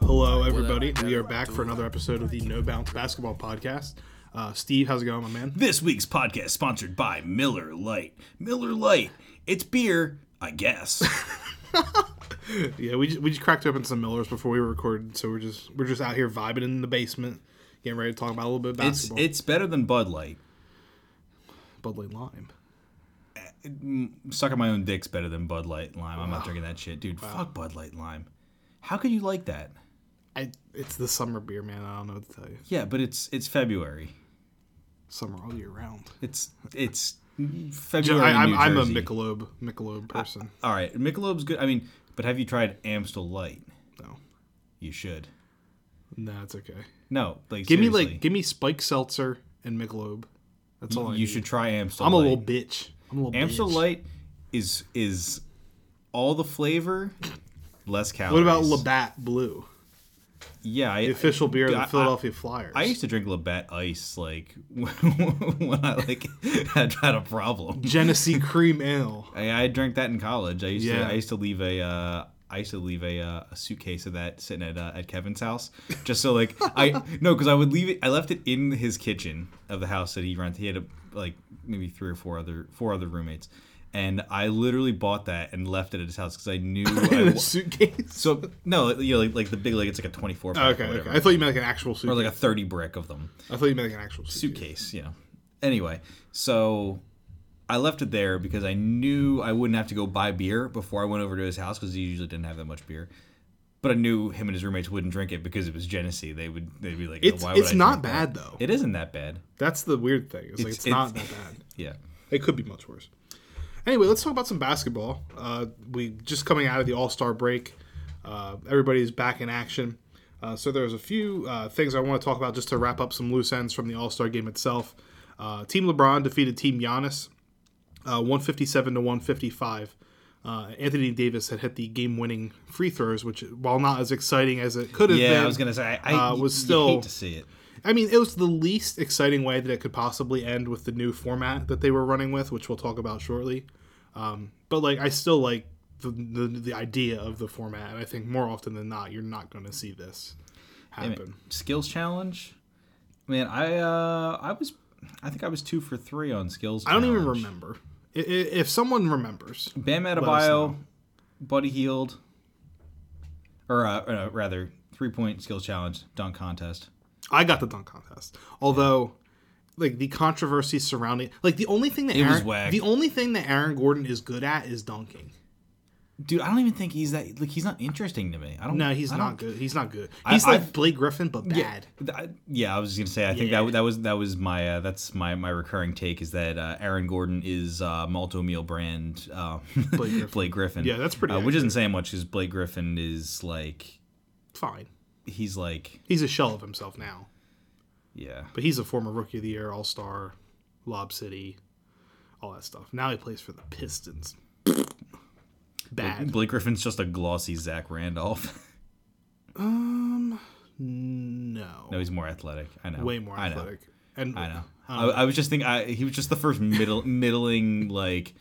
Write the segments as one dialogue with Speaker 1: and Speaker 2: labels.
Speaker 1: Hello, everybody. We are back for another episode of the No Bounce Basketball Podcast. Uh, Steve, how's it going, my man?
Speaker 2: This week's podcast is sponsored by Miller Lite. Miller Lite, it's beer, I guess.
Speaker 1: Yeah, we just, we just cracked open some Millers before we were recorded, so we're just we're just out here vibing in the basement, getting ready to talk about a little bit of
Speaker 2: it's
Speaker 1: basketball.
Speaker 2: it's better than Bud Light.
Speaker 1: Bud Light Lime.
Speaker 2: Sucking my own dick's better than Bud Light Lime. I'm not drinking that shit, dude. Fuck Bud Light Lime. How could you like that?
Speaker 1: I, it's the summer beer, man. I don't know what to tell you.
Speaker 2: Yeah, but it's it's February.
Speaker 1: Summer all year round.
Speaker 2: It's it's February.
Speaker 1: I,
Speaker 2: in
Speaker 1: I'm,
Speaker 2: New
Speaker 1: I'm a
Speaker 2: Jersey.
Speaker 1: Michelob Michelob person.
Speaker 2: All right, Michelob's good. I mean, but have you tried Amstel Light?
Speaker 1: No,
Speaker 2: You should.
Speaker 1: no, it's okay.
Speaker 2: No, like
Speaker 1: Give me
Speaker 2: seriously.
Speaker 1: like give me Spike Seltzer and Michelob. That's all I
Speaker 2: you
Speaker 1: need.
Speaker 2: should try Amstel.
Speaker 1: I'm a
Speaker 2: Light.
Speaker 1: little bitch. I'm a little
Speaker 2: Amstel
Speaker 1: bitch.
Speaker 2: Light is is all the flavor, less calories.
Speaker 1: What about Labatt Blue,
Speaker 2: Yeah, I,
Speaker 1: the official beer of
Speaker 2: I-
Speaker 1: the
Speaker 2: I-
Speaker 1: Philadelphia Flyers?
Speaker 2: I used to drink Labatt Ice like when I like had, had a problem.
Speaker 1: Genesee Cream Ale.
Speaker 2: I, I drank that in college. I used
Speaker 1: Yeah.
Speaker 2: to I used to leave a. Uh, I used to leave a, uh, a suitcase of that sitting at uh, at Kevin's house, just so like I no, because I would leave it. I left it in his kitchen of the house that he rented. He had a, like maybe three or four other four other roommates, and I literally bought that and left it at his house because I knew. I,
Speaker 1: In a
Speaker 2: wa-
Speaker 1: suitcase.
Speaker 2: so no, you know, like, like the big like it's like a twenty four.
Speaker 1: Okay, okay. I thought you meant like an actual suitcase.
Speaker 2: or like a thirty brick of them
Speaker 1: I thought you meant like an actual suitcase.
Speaker 2: suitcase, you know. Anyway, so I left it there because I knew I wouldn't have to go buy beer before I went over to his house because he usually didn't have that much beer. But I knew him and his roommates wouldn't drink it because it was Genesee. They would they'd be like,
Speaker 1: It's
Speaker 2: "Why would
Speaker 1: it's
Speaker 2: I
Speaker 1: not
Speaker 2: drink that?"
Speaker 1: bad though.
Speaker 2: It isn't that bad.
Speaker 1: That's the weird thing. It's, like
Speaker 2: It's-
Speaker 1: it's, not that
Speaker 2: it's-
Speaker 1: bad.
Speaker 2: Yeah.
Speaker 1: It could be much worse. Anyway, let's talk about some basketball. Uh, we just coming out of the All Star break. Uh, everybody's back in action. Uh, so there's a few uh, things I want to talk about just to wrap up some loose ends from the All Star game itself. Uh, Team LeBron defeated Team Giannis, uh, 157 to 155. Uh, Anthony Davis had hit the game-winning free throws, which, while not as exciting as it could have
Speaker 2: Yeah,
Speaker 1: been,
Speaker 2: I was gonna say I, I
Speaker 1: uh, was
Speaker 2: you
Speaker 1: still-
Speaker 2: hate to see it.
Speaker 1: I mean, it was the least exciting way that it could possibly end with the new format that they were running with, which we'll talk about shortly. Um, but like, I still like the, the the idea of the format, and I think more often than not, you're not going to see this happen.
Speaker 2: Skills challenge, man. I uh I was I think I was two for three on skills.
Speaker 1: I don't even remember. I- i- If someone remembers,
Speaker 2: Bam
Speaker 1: us
Speaker 2: Adebayo, Buddy Healed, or uh, uh, rather three point skill challenge dunk contest.
Speaker 1: I got the dunk contest. Although, like the controversy surrounding, like the only thing that
Speaker 2: was
Speaker 1: Aaron,
Speaker 2: whack.
Speaker 1: the only thing that Aaron Gordon is good at is dunking.
Speaker 2: Dude, I don't even think he's that. Like he's not interesting to me. I don't.
Speaker 1: No, he's
Speaker 2: I
Speaker 1: not
Speaker 2: don't-
Speaker 1: good. He's not good.
Speaker 2: I-
Speaker 1: He's like
Speaker 2: I've-
Speaker 1: Blake Griffin, but bad.
Speaker 2: Th- I- Yeah, I was just gonna say. I think
Speaker 1: Yeah.
Speaker 2: that that was that was my uh, that's my my recurring take is that uh, Aaron Gordon is uh, Malto Meal brand uh, Blake,
Speaker 1: Griffin.
Speaker 2: Griffin.
Speaker 1: Yeah, that's pretty
Speaker 2: Uh, which isn't saying much because Blake Griffin is like
Speaker 1: Fine.
Speaker 2: he's like
Speaker 1: he's a shell of himself now,
Speaker 2: yeah.
Speaker 1: but he's a former Rookie of the Year, All Star, Lob City, all that stuff. Now he plays for the Pistons. Bad.
Speaker 2: Blake Griffin's just a glossy Zach Randolph.
Speaker 1: No.
Speaker 2: no, he's more athletic. I know.
Speaker 1: Way more
Speaker 2: I know.
Speaker 1: athletic. And
Speaker 2: I know. I, I was just thinking. I, he was just the first middle, middling like,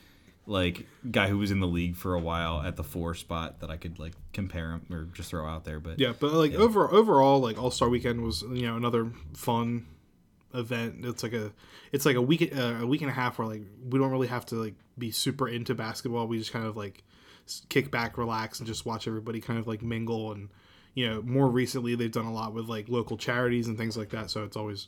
Speaker 2: like guy who was in the league for a while at the four spot that I could like compare him or just throw out there. But
Speaker 1: Yeah, but like overall, overall, like All Star Weekend was you know another fun event. It's like a it's like a week uh, a week and a half where like we don't really have to like be super into basketball. We just kind of like s- kick back, relax, and just watch everybody kind of like mingle. And you know, more recently they've done a lot with like local charities and things like that. So it's always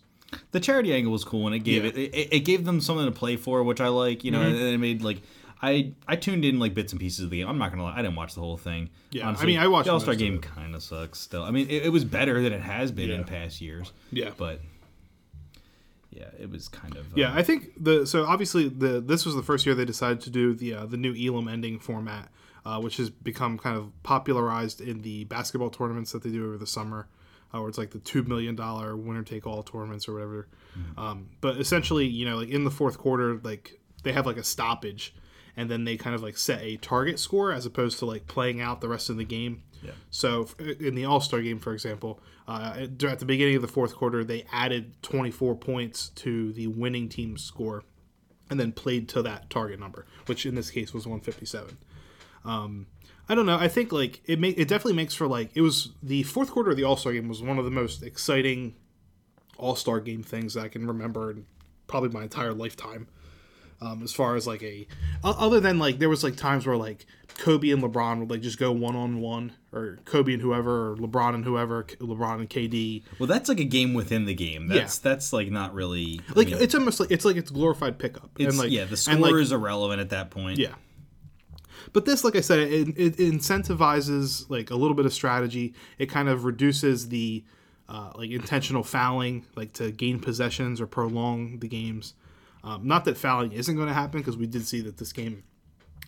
Speaker 2: the charity angle was cool, and it gave it, it it gave them something to play for, which I like. You know,
Speaker 1: Mm-hmm.
Speaker 2: and it made like. I, I tuned in like bits and pieces of the game. I'm not gonna lie, I didn't watch the whole thing.
Speaker 1: Yeah, I mean, I watched
Speaker 2: the All Star
Speaker 1: most of
Speaker 2: game. Kind of sucks still. I mean, it, it was better than it has been in
Speaker 1: Yeah.
Speaker 2: past years.
Speaker 1: Yeah.
Speaker 2: but yeah, it was kind of
Speaker 1: Yeah, I think the so obviously the this was the first year they decided to do the uh, the new Elam ending format, uh, which has become kind of popularized in the basketball tournaments that they do over the summer, uh, where it's like the two million dollar winner take all tournaments or whatever. Um, but essentially, you know, like in the fourth quarter, like they have like a stoppage, and then they kind of like set a target score as opposed to like playing out the rest of the game.
Speaker 2: Yeah.
Speaker 1: So f- in the All Star game, for example, uh, at at the beginning of the fourth quarter, they added 24 points to the winning team's score, and then played to that target number, which in this case was 157. Um, I don't know. I think like it make it definitely makes for like it was the fourth quarter of the All Star game was one of the most exciting All Star game things that I can remember in probably my entire lifetime. Um, as far as like a o- other than like there was like times where like Kobe and LeBron would like just go one on one or Kobe and whoever or LeBron and whoever K- LeBron and KD
Speaker 2: Well, that's like a game within the game. That's that's like not really I
Speaker 1: like
Speaker 2: mean,
Speaker 1: it's almost like it's like it's glorified pickup
Speaker 2: it's-
Speaker 1: and like
Speaker 2: yeah. The score
Speaker 1: and, like,
Speaker 2: is irrelevant at that point.
Speaker 1: Yeah. But this, like I said, it, it incentivizes like a little bit of strategy. It kind of reduces the uh, like intentional fouling, like to gain possessions or prolong the games. Um, not that fouling isn't going to happen because we did see that this game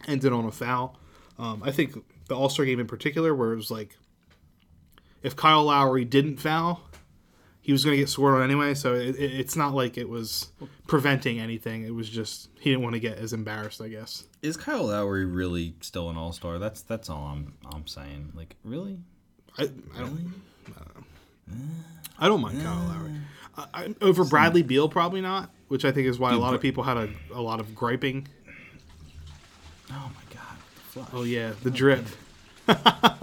Speaker 1: ended on a foul. Um, I think the All Star game in particular, where it was like if Kyle Lowry didn't foul, he was going to get scored on anyway. So it, it, it's not like it was preventing anything. It was just he didn't want to get as embarrassed, I guess.
Speaker 2: Is Kyle Lowry really still an All Star? That's that's all I'm I'm saying. Like really?
Speaker 1: I, I don't. I don't mind Kyle Lowry. I, I, over Bradley Beal, probably not. Which I think is why a lot of people had a, a lot of griping.
Speaker 2: Oh my god. Flush.
Speaker 1: Oh yeah, the drip. um,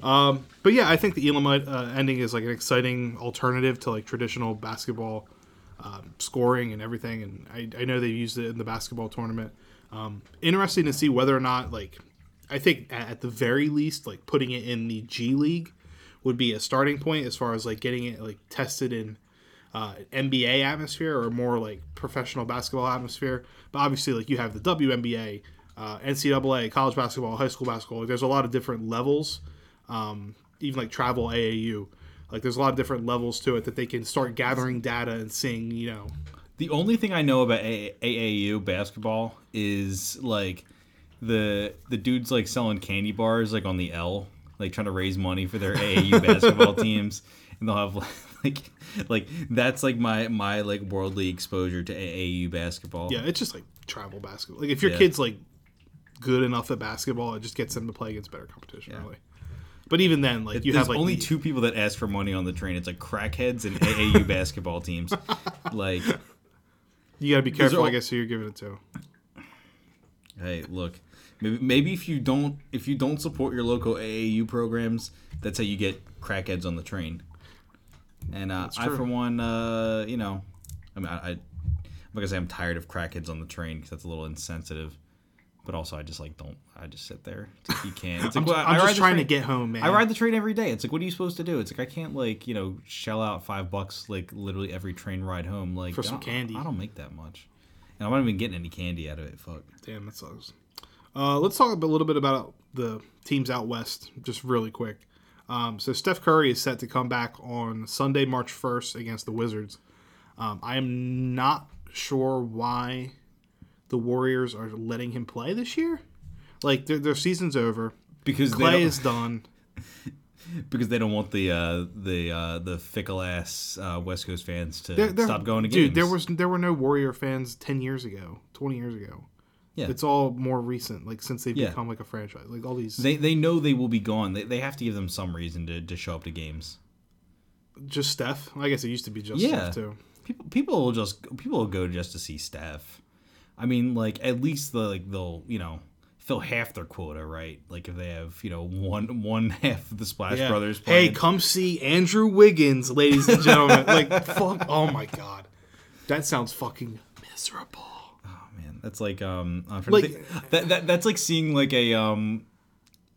Speaker 1: but yeah, I think the Elamite uh, ending is like an exciting alternative to like traditional basketball um, scoring and everything. And I, I know they used it in the basketball tournament. Um, interesting to see whether or not like I think a- at the very least like putting it in the G League would be a starting point as far as like getting it like tested in uh, NBA atmosphere or more like professional basketball atmosphere. But obviously, like you have the WNBA, uh, NCAA, college basketball, high school basketball. Like, there's a lot of different levels. Um, even like travel AAU, like there's a lot of different levels to it that they can start gathering data and seeing. You know,
Speaker 2: The only thing I know about A- AAU basketball is like the the dudes like selling candy bars like on the L, like trying to raise money for their AAU basketball teams, and they'll have like like that's like my my like worldly exposure to AAU basketball.
Speaker 1: yeah, it's just like travel basketball. Like if your
Speaker 2: Yeah.
Speaker 1: kid's like good enough at basketball, it just gets them to play against better competition, really. But even then, like you
Speaker 2: There's
Speaker 1: have like
Speaker 2: only
Speaker 1: the-
Speaker 2: two people that ask for money on the train. It's like crackheads and AAU basketball teams. Like,
Speaker 1: You gotta be careful,
Speaker 2: all-
Speaker 1: I guess, who you're giving it to.
Speaker 2: hey, look, maybe, maybe if you don't if you don't support your local AAU programs, that's how you get crackheads on the train. And uh, I,
Speaker 1: true.
Speaker 2: for one, uh, you know, I mean, I, I, I'm not gonna say I'm tired of crackheads on the train because that's a little insensitive. But also, I just like don't. I just sit there. It's like, you can't. It's like,
Speaker 1: I'm,
Speaker 2: well, I
Speaker 1: I'm
Speaker 2: ride
Speaker 1: just
Speaker 2: the
Speaker 1: trying to
Speaker 2: train-
Speaker 1: get home, man.
Speaker 2: I ride the train every day. It's like, what are you supposed to do? It's like I can't like you know shell out five bucks like literally every train ride home like
Speaker 1: For some
Speaker 2: I don't-
Speaker 1: candy.
Speaker 2: I don't make that much, and I'm not even getting any candy out of it. Fuck.
Speaker 1: Damn, that sucks. Uh, let's talk a little bit about the teams out west, just really quick. Um, so Steph Curry is set to come back on Sunday, March 1st against the Wizards. Um, I am not sure why the Warriors are letting him play this year. Like their, their season's over.
Speaker 2: Because they
Speaker 1: Clay
Speaker 2: don't,
Speaker 1: is done.
Speaker 2: because they don't want the uh, the uh, the fickle ass uh, West Coast fans to
Speaker 1: There- there-
Speaker 2: stop going to
Speaker 1: Dude,
Speaker 2: games.
Speaker 1: there was there were no Warrior fans ten years ago, twenty years ago.
Speaker 2: Yeah.
Speaker 1: It's all more recent, like since they've
Speaker 2: Yeah.
Speaker 1: become like a franchise. Like all these
Speaker 2: they they know they will be gone. They, they have to give them some reason to, to show up to games.
Speaker 1: just Steph. I guess it used to be just
Speaker 2: Yeah.
Speaker 1: Steph too.
Speaker 2: People people will just people will go just to see Steph. I mean, like at least the, like they'll you know fill half their quota, right? Like if they have you know one one half of the Splash
Speaker 1: Yeah.
Speaker 2: Brothers.
Speaker 1: Hey,
Speaker 2: playing.
Speaker 1: come see Andrew Wiggins, ladies and gentlemen. like, fuck. Oh my god, that sounds fucking miserable.
Speaker 2: oh, man, that's like um I'm trying
Speaker 1: Like-
Speaker 2: to think- that, that that's like seeing like a um.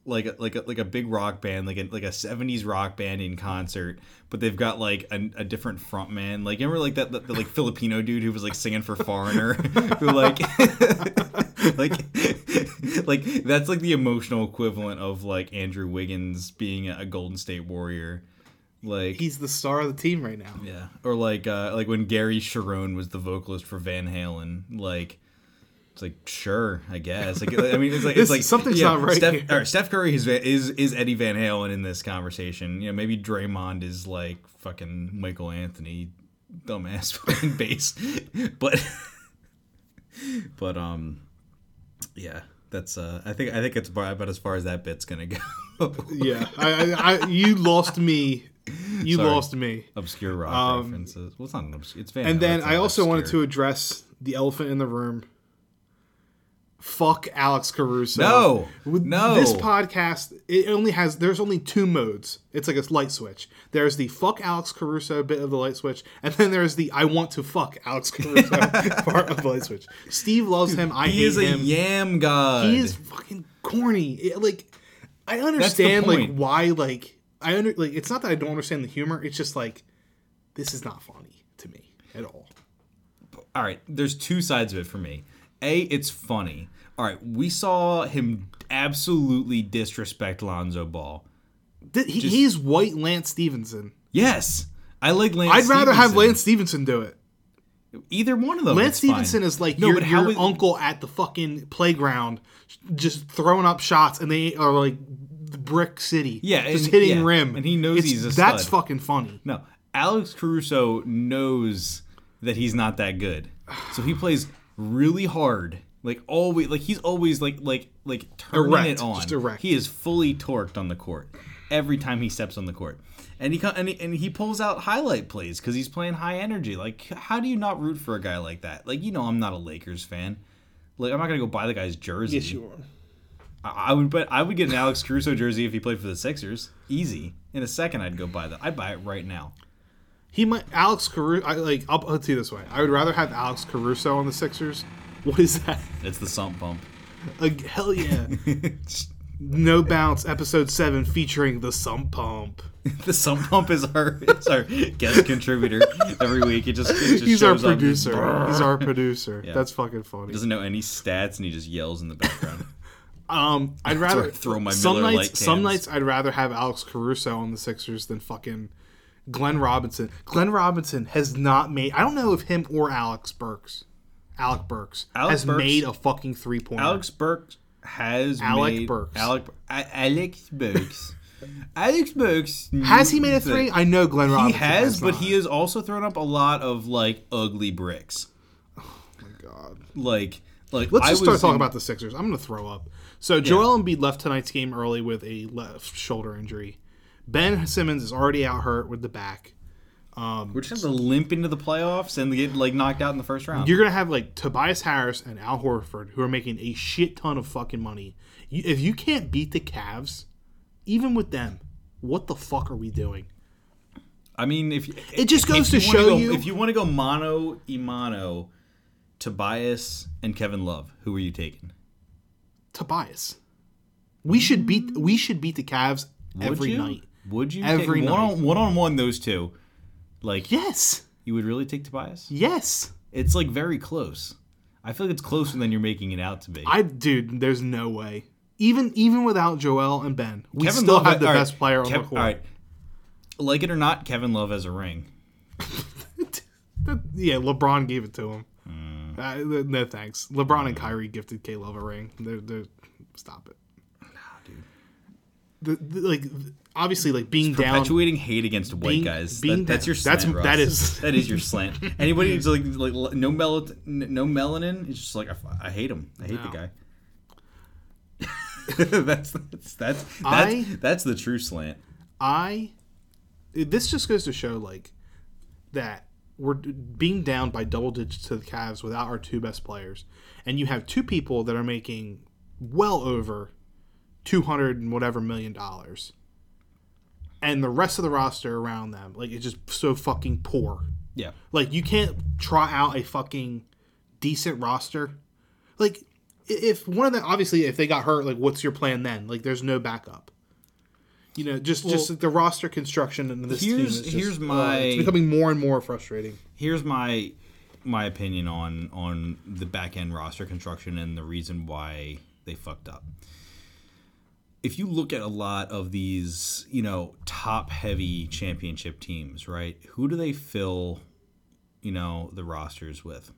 Speaker 2: Like a, like a, like a big rock band like a, like a 70s rock band in concert but they've got like a, a different front man like you remember like that, that the like Filipino dude who was like singing for foreigner who like like like that's like the emotional equivalent of like Andrew Wiggins being a Golden State Warrior like
Speaker 1: He's the star of the team right now.
Speaker 2: yeah, or like uh, like when Gary Sharon was the vocalist for Van Halen, like it's like sure, I guess. Like I mean, it's like
Speaker 1: This-
Speaker 2: it's like
Speaker 1: something's not right
Speaker 2: Steph,
Speaker 1: here.
Speaker 2: Or Steph Curry is, Van- is is Eddie Van Halen in this conversation? You know, maybe Draymond is like fucking Michael Anthony, dumbass fucking bass, but but um, yeah, that's uh, I think I think it's about, about as far as that bit's gonna go.
Speaker 1: Yeah, I, I, I you lost me. You
Speaker 2: Sorry.
Speaker 1: lost me.
Speaker 2: obscure rock references. Well, it's not an obscure. It's Van.
Speaker 1: Um, And
Speaker 2: Halen,
Speaker 1: then
Speaker 2: it's
Speaker 1: I
Speaker 2: not
Speaker 1: also wanted
Speaker 2: obscure.
Speaker 1: to address the elephant in the room. Fuck Alex Caruso.
Speaker 2: No,
Speaker 1: With
Speaker 2: no.
Speaker 1: This podcast, it only has there's only two modes. It's like a light switch. There's the fuck Alex Caruso bit of the light switch, and then there's the I want to fuck Alex Caruso part of the light switch. Steve loves him. I
Speaker 2: He
Speaker 1: hate
Speaker 2: is a
Speaker 1: him.
Speaker 2: yam god.
Speaker 1: He is fucking corny. It- like, I understand like
Speaker 2: point.
Speaker 1: why like I under like it's not that I don't understand the humor. It's just like this is not funny to me at all.
Speaker 2: all right, there's two sides of it for me. A, it's funny. All right, we saw him absolutely disrespect Lonzo Ball.
Speaker 1: Th- he, he's white Lance Stevenson.
Speaker 2: Yes, I like Lance.
Speaker 1: I'd rather have
Speaker 2: Stevenson.
Speaker 1: Lance Stevenson do it.
Speaker 2: Either one of them.
Speaker 1: Lance
Speaker 2: it's fine.
Speaker 1: Stevenson is like
Speaker 2: No,
Speaker 1: your,
Speaker 2: but how
Speaker 1: your
Speaker 2: is-
Speaker 1: uncle at the fucking playground, just throwing up shots, and they are like the brick city.
Speaker 2: Yeah,
Speaker 1: just
Speaker 2: and-
Speaker 1: hitting
Speaker 2: yeah,
Speaker 1: rim,
Speaker 2: and he knows
Speaker 1: It's-
Speaker 2: he's a
Speaker 1: that's
Speaker 2: stud.
Speaker 1: fucking funny.
Speaker 2: No, Alex Caruso knows that he's not that good, so he plays really hard. Like always, like he's always like like like turning
Speaker 1: Erect,
Speaker 2: it on.
Speaker 1: just erect.
Speaker 2: He is fully torqued on the court every time he steps on the court, and he co- and he, and he pulls out highlight plays because he's playing high energy. Like how do you not root for a guy like that? Like you know, I'm not a Lakers fan. Like I'm not gonna go buy the guy's jersey. I I would bet I would get an Alex Caruso jersey if he played for the Sixers. Easy. In a second, I'd go buy that. I'd buy it right now.
Speaker 1: He might Alex Caruso. I, like I'll put it to you this way: I would rather have Alex Caruso on the Sixers. What is that?
Speaker 2: It's the sump pump.
Speaker 1: Like, hell yeah! no bounce, episode seven, featuring the sump pump.
Speaker 2: the sump pump is our is our guest contributor every week. It just, it just
Speaker 1: He's our
Speaker 2: shows up.
Speaker 1: producer.
Speaker 2: Brrr.
Speaker 1: He's our producer. That's fucking funny.
Speaker 2: Doesn't know any stats and he just yells in the background.
Speaker 1: Um, I'd rather
Speaker 2: throw my
Speaker 1: some
Speaker 2: Miller
Speaker 1: nights.
Speaker 2: Lite
Speaker 1: Some
Speaker 2: cans.
Speaker 1: nights I'd rather have Alex Caruso on the Sixers than fucking Glenn Robinson. Glenn Robinson has not made. I don't know if him or Alex Burks, Alec Burks
Speaker 2: Alec
Speaker 1: has
Speaker 2: Burks-
Speaker 1: made a fucking three pointer.
Speaker 2: Alex Burks has
Speaker 1: Alec
Speaker 2: made,
Speaker 1: Burks.
Speaker 2: Alec A- Alex Burks. Alex Burks
Speaker 1: has he made a three? I know Glenn
Speaker 2: He
Speaker 1: Robinson
Speaker 2: has, but
Speaker 1: not.
Speaker 2: he has also thrown up a lot of like ugly bricks.
Speaker 1: God.
Speaker 2: Like like
Speaker 1: Let's
Speaker 2: I
Speaker 1: just
Speaker 2: was
Speaker 1: start talking
Speaker 2: in-
Speaker 1: about the Sixers. I'm going to throw up. So Joel Embiid left tonight's game early with a left shoulder injury. Ben Simmons is already out hurt with the back.
Speaker 2: we're just gonna limp into the playoffs and get like knocked out in the first round.
Speaker 1: You're gonna have like Tobias Harris and Al Horford who are making a shit ton of fucking money. You, if you can't beat the Cavs, even with them, what the fuck are we doing?
Speaker 2: I mean, if
Speaker 1: It just goes to
Speaker 2: if wanna
Speaker 1: show
Speaker 2: go-
Speaker 1: you-
Speaker 2: if you want to go mono imano, Tobias and Kevin Love, who are you taking?
Speaker 1: Tobias, we should beat we should beat the Cavs
Speaker 2: Would
Speaker 1: every
Speaker 2: you?
Speaker 1: night.
Speaker 2: Would you
Speaker 1: Every
Speaker 2: take one
Speaker 1: night.
Speaker 2: on one on one those two? Like
Speaker 1: Yes,
Speaker 2: you would really take Tobias?
Speaker 1: yes.
Speaker 2: It's like very close. I feel like it's closer than you're making it out to be.
Speaker 1: I dude, there's no way. Even even without Joel and Ben, we
Speaker 2: Kevin
Speaker 1: still
Speaker 2: Love-
Speaker 1: have the
Speaker 2: all right,
Speaker 1: best player on
Speaker 2: Kev-
Speaker 1: the
Speaker 2: all
Speaker 1: court.
Speaker 2: right. Like it or not, Kevin Love has a ring.
Speaker 1: That- yeah, LeBron gave it to him. Uh, th- no thanks. LeBron and Kyrie gifted K Love a ring. They're, they're, stop it. The, the- like th- obviously like being down.
Speaker 2: perpetuating hate against white
Speaker 1: Being-
Speaker 2: guys.
Speaker 1: being
Speaker 2: that, that's your
Speaker 1: down. That's-
Speaker 2: slant. Ross.
Speaker 1: that is-
Speaker 2: that is your slant. Anybody who's like like no mel no melanin is just like I, I hate him. I hate
Speaker 1: No.
Speaker 2: the guy. that's that's that's that's,
Speaker 1: I-
Speaker 2: that's the true slant.
Speaker 1: I this just goes to show like that we're d- being down by double digits to the Cavs without our two best players, and you have two people that are making well over two hundred and whatever million dollars, and the rest of the roster around them like it's just so fucking poor.
Speaker 2: Yeah.
Speaker 1: Like you can't try out a fucking decent roster. Like i- if one of them obviously if they got hurt, like what's your plan then? Like there's no backup. You know, just just the roster construction and this team
Speaker 2: here's-
Speaker 1: is just,
Speaker 2: here's
Speaker 1: uh,
Speaker 2: my-
Speaker 1: it's becoming more and more frustrating.
Speaker 2: Here's my my opinion on on the back end roster construction and the reason why they fucked up. if you look at a lot of these, you know, top heavy championship teams, right? Who do they fill, you know, the rosters with?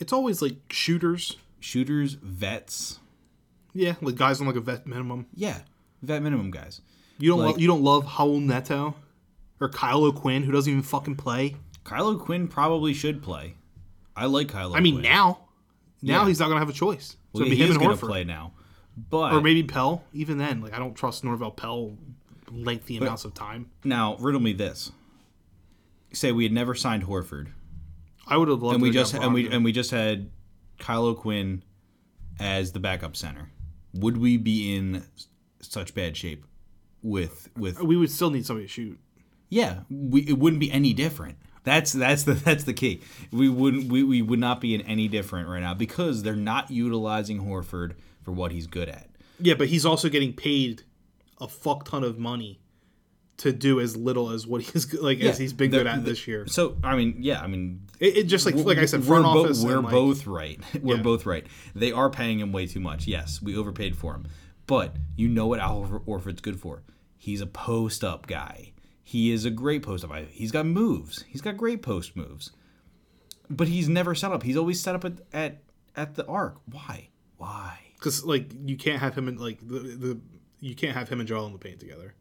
Speaker 1: It's always like shooters.
Speaker 2: Shooters, vets.
Speaker 1: Yeah, like guys on like a vet minimum.
Speaker 2: Yeah, vet minimum guys.
Speaker 1: You don't
Speaker 2: Like-
Speaker 1: lo- you don't love Howell Neto or Kyle O'Quinn who doesn't even fucking play.
Speaker 2: Kylo Quinn probably should play. I like Kylo
Speaker 1: I mean
Speaker 2: Quinn.
Speaker 1: now, now
Speaker 2: Yeah.
Speaker 1: he's not gonna have a choice. So
Speaker 2: Well,
Speaker 1: it'd
Speaker 2: yeah,
Speaker 1: be him
Speaker 2: he's
Speaker 1: and
Speaker 2: going
Speaker 1: Horford.
Speaker 2: to play now. But
Speaker 1: or maybe Pell. Even then, like I don't trust Norvell Pell lengthy amounts of time.
Speaker 2: now, riddle me this. Say we had never signed Horford.
Speaker 1: I would have loved.
Speaker 2: and we
Speaker 1: to
Speaker 2: just
Speaker 1: have
Speaker 2: and we
Speaker 1: Brogdon.
Speaker 2: and we just had Kylo Quinn as the backup center, would we be in such bad shape with with
Speaker 1: We would still need somebody to shoot.
Speaker 2: yeah, we, it wouldn't be any different. That's that's the that's the key. We wouldn't we, we would not be in any different right now because they're not utilizing Horford for what he's good at.
Speaker 1: Yeah, but he's also getting paid a fuck ton of money to do as little as what he's good- like as
Speaker 2: Yeah,
Speaker 1: he's been
Speaker 2: the-
Speaker 1: good at
Speaker 2: the-
Speaker 1: this year.
Speaker 2: So I mean, yeah, I mean,
Speaker 1: It, it just like like I said,
Speaker 2: we're,
Speaker 1: front
Speaker 2: bo-
Speaker 1: office. and,
Speaker 2: we're
Speaker 1: like-
Speaker 2: both right. We're
Speaker 1: Yeah.
Speaker 2: both right. They are paying him way too much. Yes, we overpaid for him, but you know what Al Or- Orford's good for? He's a post up guy. He is a great post up. guy. He's got moves. He's got great post moves. But he's never set up. He's always set up at at, at the arc. Why? Why?
Speaker 1: because like you can't have him and like the, the you can't have him and Joel in the paint together.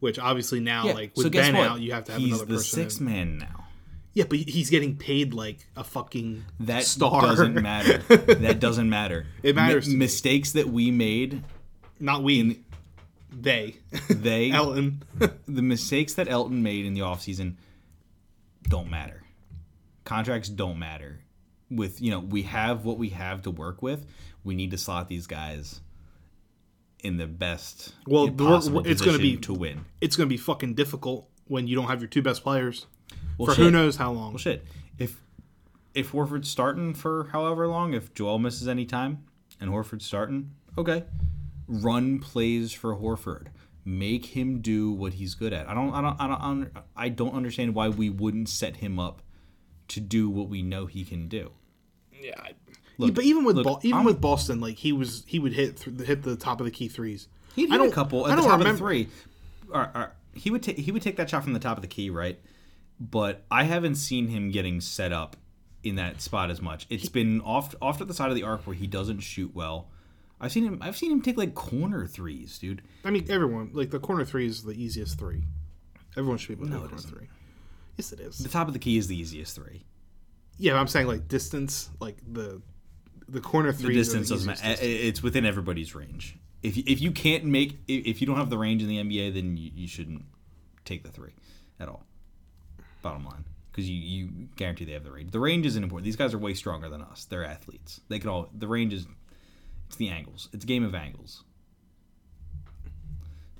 Speaker 1: Which obviously now
Speaker 2: Yeah,
Speaker 1: like
Speaker 2: so
Speaker 1: with
Speaker 2: guess
Speaker 1: Ben
Speaker 2: what?
Speaker 1: out, you have to have
Speaker 2: He's
Speaker 1: another
Speaker 2: the
Speaker 1: person. in.
Speaker 2: sixth man now.
Speaker 1: Yeah, but he's getting paid like a fucking
Speaker 2: That
Speaker 1: star.
Speaker 2: doesn't matter. that doesn't matter.
Speaker 1: It matters to me.
Speaker 2: mistakes that we made,
Speaker 1: Not we. they.
Speaker 2: they
Speaker 1: Elton.
Speaker 2: the mistakes that Elton made in the offseason don't matter. Contracts don't matter. With you know, we have what we have to work with. We need to slot these guys in the best
Speaker 1: Well, the work-
Speaker 2: possible
Speaker 1: it's gonna
Speaker 2: position
Speaker 1: be-
Speaker 2: to win.
Speaker 1: it's gonna be fucking difficult when you don't have your two best players
Speaker 2: Well,
Speaker 1: for
Speaker 2: shit.
Speaker 1: who knows how long.
Speaker 2: Well, shit. If if Horford's starting for however long, if Joel misses any time and Horford's starting, okay, run plays for Horford. Make him do what he's good at. I don't. I don't. I don't. un- I don't understand why we wouldn't set him up to do what we know he can do.
Speaker 1: Yeah. I- but even with
Speaker 2: look,
Speaker 1: Bo- even
Speaker 2: I'm-
Speaker 1: with Boston, like he was, he would hit th- hit the top of the key threes.
Speaker 2: He'd
Speaker 1: I
Speaker 2: hit a
Speaker 1: don't-
Speaker 2: couple
Speaker 1: I
Speaker 2: at the
Speaker 1: don't
Speaker 2: top of the
Speaker 1: remember-
Speaker 2: three. Or, or, he would ta- he would take that shot from the top of the key, right? But I haven't seen him getting set up in that spot as much. It's been off off to the side of the arc where he doesn't shoot well. I've seen him I've seen him take like corner threes, dude.
Speaker 1: I mean, everyone like the corner three is the easiest three. Everyone should be able to do a corner three. Yes, it is.
Speaker 2: The top of the key is the easiest three.
Speaker 1: Yeah, but I'm saying like distance, like the the corner
Speaker 2: The
Speaker 1: three.
Speaker 2: distance doesn't matter. eh, It's within everybody's range. If you, if you can't make if if you don't have the range in the NBA, then you, you shouldn't take the three at all. Bottom line, because you, you guarantee they have the range. The range isn't important. These guys are way stronger than us. They're athletes. They can all. The range is it's the angles. It's a game of angles.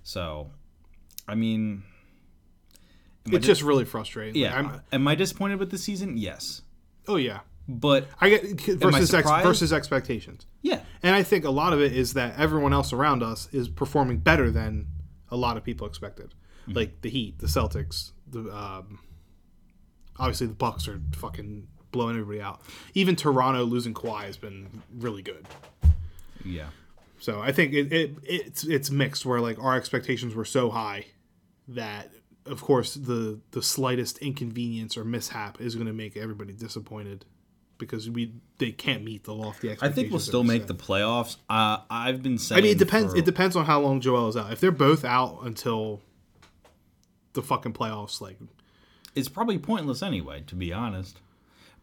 Speaker 2: So, I mean, am I
Speaker 1: It's just really frustrating. Like,
Speaker 2: yeah.
Speaker 1: I'm,
Speaker 2: am I disappointed with the season? Yes,
Speaker 1: oh yeah.
Speaker 2: but
Speaker 1: I get versus ex,
Speaker 2: surprised?
Speaker 1: versus expectations,
Speaker 2: yeah.
Speaker 1: and I think a lot of it is that everyone else around us is performing better than a lot of people expected.
Speaker 2: Mm-hmm.
Speaker 1: Like the Heat, the Celtics, the um, obviously the Bucks are fucking blowing everybody out. Even Toronto losing Kawhi has been really good.
Speaker 2: Yeah.
Speaker 1: So I think it, it it's it's mixed where like our expectations were so high that of course the the slightest inconvenience or mishap is going to make everybody disappointed because we they can't meet the lofty
Speaker 2: I
Speaker 1: expectations.
Speaker 2: think we'll
Speaker 1: that
Speaker 2: still
Speaker 1: we
Speaker 2: make
Speaker 1: set.
Speaker 2: the playoffs. Uh, I've been saying.
Speaker 1: I mean, it depends.
Speaker 2: for-
Speaker 1: It depends on how long Joel is out. If they're both out until the fucking playoffs, like
Speaker 2: it's probably pointless anyway, to be honest.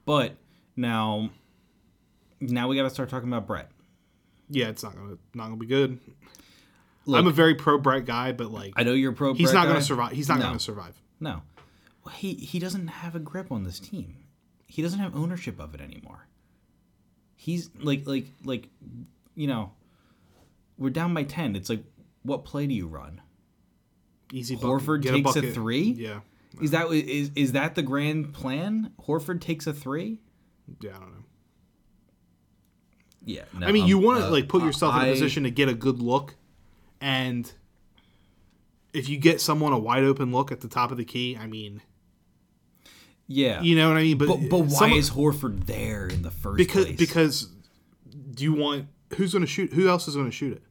Speaker 2: But now, now we got to start talking about Brett.
Speaker 1: yeah, it's not gonna not gonna be good.
Speaker 2: Look-
Speaker 1: I'm a very pro Brett guy, but like
Speaker 2: I know you're pro.
Speaker 1: he's
Speaker 2: Brett
Speaker 1: not
Speaker 2: guy.
Speaker 1: gonna survive. He's not
Speaker 2: No.
Speaker 1: gonna survive.
Speaker 2: No, well, he he doesn't have a grip on this team. He doesn't have ownership of it anymore. He's like like like, you know, we're down by ten. It's like, what play do you run?
Speaker 1: Easy.
Speaker 2: Horford
Speaker 1: bucket. Get
Speaker 2: takes a
Speaker 1: bucket.
Speaker 2: three?
Speaker 1: Yeah,
Speaker 2: Is that is is that the grand plan? Horford takes a three.
Speaker 1: yeah. I don't know.
Speaker 2: Yeah, no,
Speaker 1: I mean,
Speaker 2: um,
Speaker 1: you want to
Speaker 2: uh,
Speaker 1: like put yourself in
Speaker 2: I-
Speaker 1: a position to get a good look, and if you get someone a wide open look at the top of the key, I mean,
Speaker 2: Yeah,
Speaker 1: you know what I mean. But uh,
Speaker 2: But, but why
Speaker 1: someone-
Speaker 2: is Horford there in the first
Speaker 1: because
Speaker 2: place?
Speaker 1: because do you want who's going to shoot? Who else is going to shoot it?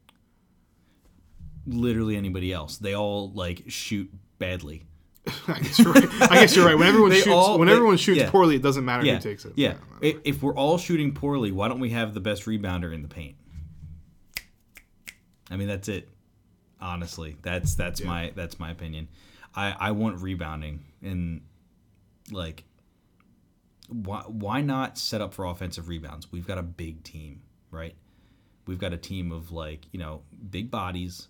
Speaker 2: literally anybody else, they all like shoot badly.
Speaker 1: I guess you're right. I guess you're right. When everyone
Speaker 2: They
Speaker 1: shoots,
Speaker 2: all-
Speaker 1: when
Speaker 2: they-
Speaker 1: everyone shoots
Speaker 2: yeah.
Speaker 1: poorly, it doesn't matter
Speaker 2: Yeah,
Speaker 1: who takes it.
Speaker 2: yeah. I- If we're all shooting poorly, why don't we have the best rebounder in the paint? I mean, that's it. Honestly, that's that's my that's my opinion. I I want rebounding and like why why not set up for offensive rebounds? We've got a big team, right? We've got a team of like you know big bodies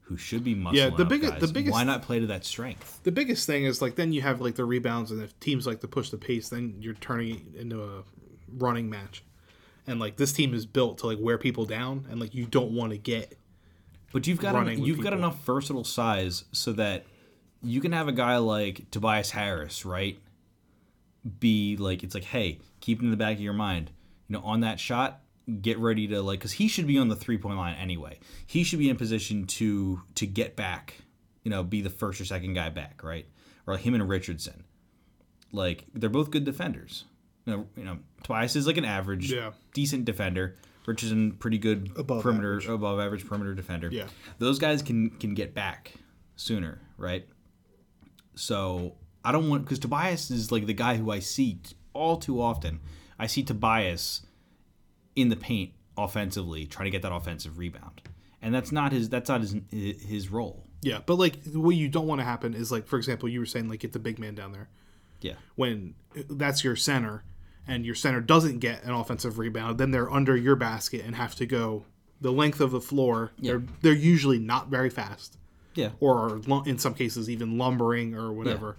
Speaker 2: who should be muscling.
Speaker 1: Yeah, the
Speaker 2: up
Speaker 1: biggest-
Speaker 2: guys.
Speaker 1: the biggest-
Speaker 2: Why not play to that strength?
Speaker 1: The biggest thing is like then you have like the rebounds, and if teams like to push the pace, then you're turning it into a running match. and like this team is built to like wear people down, and like you don't want to get
Speaker 2: But you've got
Speaker 1: running with
Speaker 2: you've got
Speaker 1: people.
Speaker 2: enough versatile size so that you can have a guy like Tobias Harris, right? Be like it's like, hey, keep it in the back of your mind. You know, on that shot, get ready to like because he should be on the three point line anyway. He should be in position to to get back. You know, be the first or second guy back, right? Or him and Richardson. Like they're both good defenders. You know, you know Tobias is like an average,
Speaker 1: Yeah.
Speaker 2: decent defender. Richardson, pretty good
Speaker 1: Above
Speaker 2: perimeter, above average perimeter defender.
Speaker 1: Yeah.
Speaker 2: Those guys can can get back sooner, right? So I don't want because Tobias is like the guy who I see t- all too often. I see Tobias in the paint offensively, trying to get that offensive rebound, and that's not his. That's not his his role.
Speaker 1: yeah. But like what you don't want to happen is like for example, you were saying like get the big man down there.
Speaker 2: Yeah.
Speaker 1: when that's your center and your center doesn't get an offensive rebound, then they're under your basket and have to go the length of the floor. They're they're usually not very fast
Speaker 2: Yeah.
Speaker 1: or are lu- in some cases even lumbering or whatever.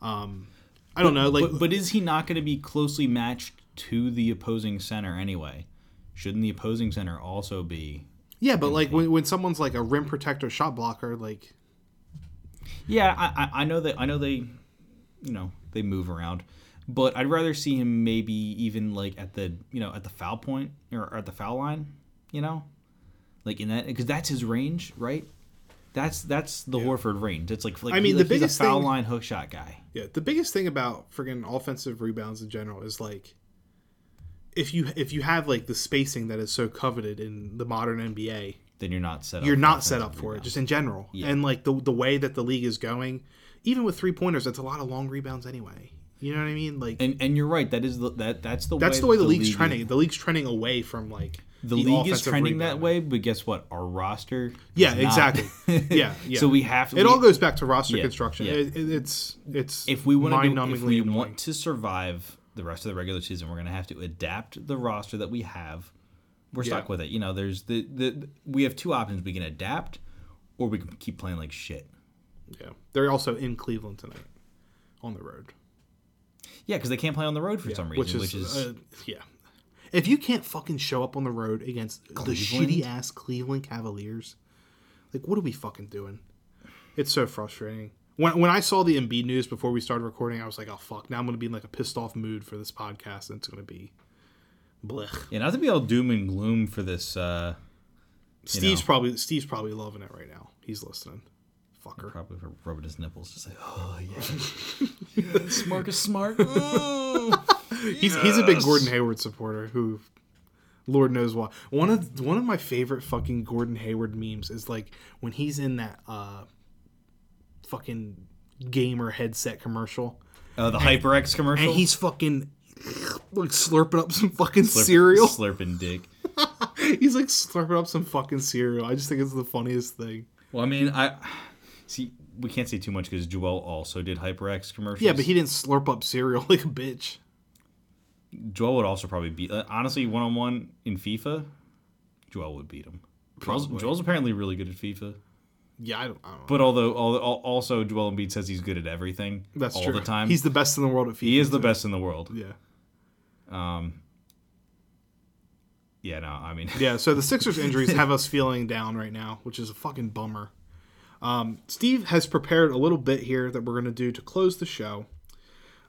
Speaker 1: Um, I don't know. Like
Speaker 2: But, but is he not going to be closely matched to the opposing center anyway? Shouldn't the opposing center also be?
Speaker 1: yeah, but like when, when someone's like a rim protector, shot blocker, like
Speaker 2: Yeah, I, I, I know that I know they, you know, they move around, but I'd rather see him maybe even like at the you know at the foul point or, or at the foul line, you know, like in that because that's his range, right? That's that's the Horford range. It's like, like
Speaker 1: I mean,
Speaker 2: he-
Speaker 1: the
Speaker 2: like, he's
Speaker 1: biggest
Speaker 2: a foul
Speaker 1: thing-
Speaker 2: line hook shot guy.
Speaker 1: Yeah, the biggest thing about friggin' offensive rebounds in general is like if you if you have like the spacing that is so coveted in the modern NBA,
Speaker 2: Then you're not set up.
Speaker 1: you're
Speaker 2: for
Speaker 1: not set up
Speaker 2: offensive
Speaker 1: for it
Speaker 2: rebounds.
Speaker 1: just in general. And like the the way that the league is going, even with three pointers, it's a lot of long rebounds anyway. You know what I mean? Like
Speaker 2: And and you're right. That is the, that that's the
Speaker 1: that's
Speaker 2: way
Speaker 1: the way the, league's
Speaker 2: league is-
Speaker 1: trending. The league's trending away from like
Speaker 2: the, league is
Speaker 1: offensive
Speaker 2: trending that
Speaker 1: rebounding.
Speaker 2: way, but guess what? Our roster. is
Speaker 1: Yeah,
Speaker 2: not.
Speaker 1: exactly. Yeah, yeah.
Speaker 2: So we have to.
Speaker 1: It
Speaker 2: we-
Speaker 1: all goes back to roster
Speaker 2: Yeah,
Speaker 1: construction.
Speaker 2: yeah.
Speaker 1: It, it- it's it's
Speaker 2: if we want to do, if
Speaker 1: mind-numbingly
Speaker 2: we
Speaker 1: annoying.
Speaker 2: want to survive the rest of the regular season, we're going to have to adapt the roster that we have. We're stuck
Speaker 1: Yeah.
Speaker 2: with it. You know, there's the, the we have two options: we can adapt, or we can keep playing like shit.
Speaker 1: yeah. They're also in Cleveland tonight on the road.
Speaker 2: Yeah, because they can't play on the road for some reason, which is,
Speaker 1: uh, yeah. If you can't fucking show up on the road against the
Speaker 2: Cleveland?
Speaker 1: shitty ass Cleveland Cavaliers, like what are we fucking doing? It's so frustrating. When when I saw the Embiid news before we started recording, I was like, oh fuck, now I'm gonna be in like a pissed off mood for this podcast, and it's gonna be blech.
Speaker 2: yeah, not to be all doom and gloom for this. uh
Speaker 1: Steve's probably Steve's probably loving it right now. He's listening. Fucker.
Speaker 2: Probably for rubbing his nipples, just like oh yeah, smart is smart. Mm.
Speaker 1: He's he's a big
Speaker 2: Yes.
Speaker 1: Gordon Hayward supporter who Lord knows why. One of one of my favorite fucking Gordon Hayward memes is like when he's in that uh fucking gamer headset commercial
Speaker 2: uh, the HyperX commercial.
Speaker 1: and he's fucking like slurping up some fucking
Speaker 2: Slurp-
Speaker 1: cereal.
Speaker 2: slurping dick.
Speaker 1: He's like slurping up some fucking cereal. I just think it's the funniest thing.
Speaker 2: Well, I mean, I see we can't say too much because Joel also did HyperX commercials.
Speaker 1: Yeah, but he didn't slurp up cereal like a bitch.
Speaker 2: Joel would also probably beat. Uh, honestly, one on one in FIFA, Joel would beat him. Joel's, Joel's apparently really good at FIFA,
Speaker 1: Yeah, I don't, I don't know.
Speaker 2: but although al- al- also Joel Embiid says he's good at everything
Speaker 1: That's
Speaker 2: all
Speaker 1: true.
Speaker 2: the time.
Speaker 1: He's the best in the world at FIFA.
Speaker 2: he is the best in the world.
Speaker 1: yeah.
Speaker 2: Yeah, no, I mean,
Speaker 1: Yeah, so the Sixers injuries have us feeling down right now, which is a fucking bummer. Um, Steve has prepared a little bit here that we're going to do to close the show.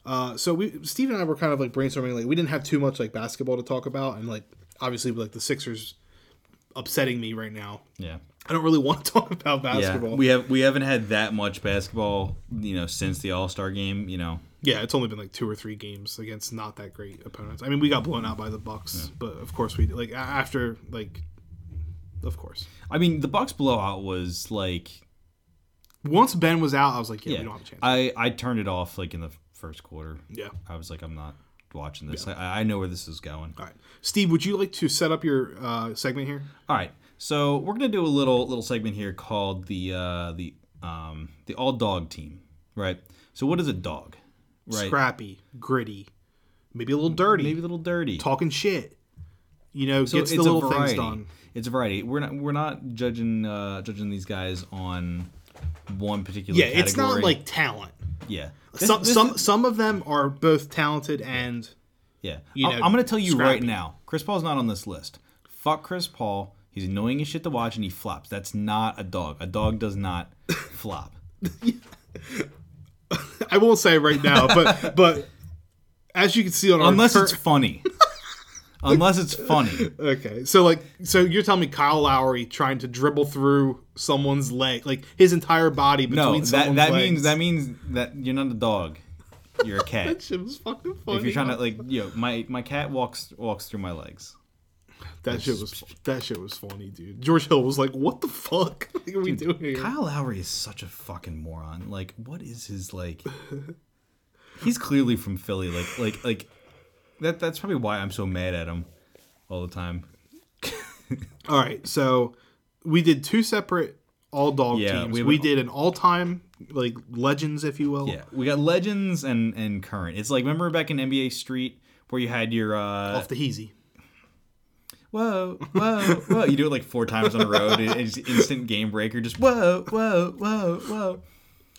Speaker 1: Uh, so we, Steve and I were kind of like brainstorming, like we didn't have too much like basketball to talk about, and like obviously like the Sixers upsetting me right now.
Speaker 2: yeah,
Speaker 1: I don't really want to talk about
Speaker 2: yeah.
Speaker 1: basketball. Yeah,
Speaker 2: We have we haven't had that much basketball, you know, since the All Star game. You know,
Speaker 1: it's only been like two or three games against not that great opponents. I mean, we got blown out by the Bucks, but of course we like a- after like, of course.
Speaker 2: I mean, the Bucks blowout was like
Speaker 1: Once Ben was out, I was like, yeah, we
Speaker 2: Yeah,
Speaker 1: don't have a chance.
Speaker 2: I I turned it off like in the first quarter.
Speaker 1: yeah.
Speaker 2: I was like, I'm not watching this. I, I know where this is going.
Speaker 1: All right, Steve, would you like to set up your uh, segment here?
Speaker 2: All right, so we're gonna do a little little segment here called the uh, the um, the all dog team, right? So what is a dog? Right,
Speaker 1: Scrappy, gritty, maybe a little dirty,
Speaker 2: maybe a little dirty.
Speaker 1: talking shit. You know,
Speaker 2: So
Speaker 1: gets the little things done.
Speaker 2: It's a variety. We're not we're not judging uh, judging these guys on one particular.
Speaker 1: Yeah, it's not
Speaker 2: category.
Speaker 1: like talent.
Speaker 2: yeah. This-
Speaker 1: Some
Speaker 2: this-
Speaker 1: some some of them are both talented and
Speaker 2: Yeah.
Speaker 1: you
Speaker 2: I-
Speaker 1: know,
Speaker 2: I'm going to tell you right
Speaker 1: scrappy.
Speaker 2: now Chris Paul's not on this list. Fuck Chris Paul. He's annoying as shit to watch and he flops. That's not a dog. A dog does not flop.
Speaker 1: I won't say right now, but but as you can see on our
Speaker 2: Unless
Speaker 1: fir-
Speaker 2: it's funny. Unless it's funny.
Speaker 1: okay, so like so you're telling me Kyle Lowry trying to dribble through someone's leg, like his entire body between
Speaker 2: No, that,
Speaker 1: someone's
Speaker 2: that
Speaker 1: legs.
Speaker 2: means that means that you're not a dog. You're a
Speaker 1: that
Speaker 2: cat.
Speaker 1: shit was fucking funny.
Speaker 2: if you're trying to like, yo, my my cat walks walks through my legs.
Speaker 1: that shit was that shit was funny, dude. George Hill was like, "What the fuck What are we doing here?"
Speaker 2: Kyle Lowry is such a fucking moron. Like, what is his like? He's clearly from Philly. Like, like, like. That that's probably why I'm so mad at him all the time.
Speaker 1: All right, so we did two separate all dog
Speaker 2: Yeah,
Speaker 1: teams.
Speaker 2: we
Speaker 1: We,
Speaker 2: have an-
Speaker 1: did an all time like legends, if you will.
Speaker 2: Yeah, we got legends and and current. It's like remember back in NBA Street where you had your uh,
Speaker 1: off the heezy.
Speaker 2: whoa whoa whoa. You do it like four times on the road. and It's instant game breaker. Just whoa whoa whoa whoa.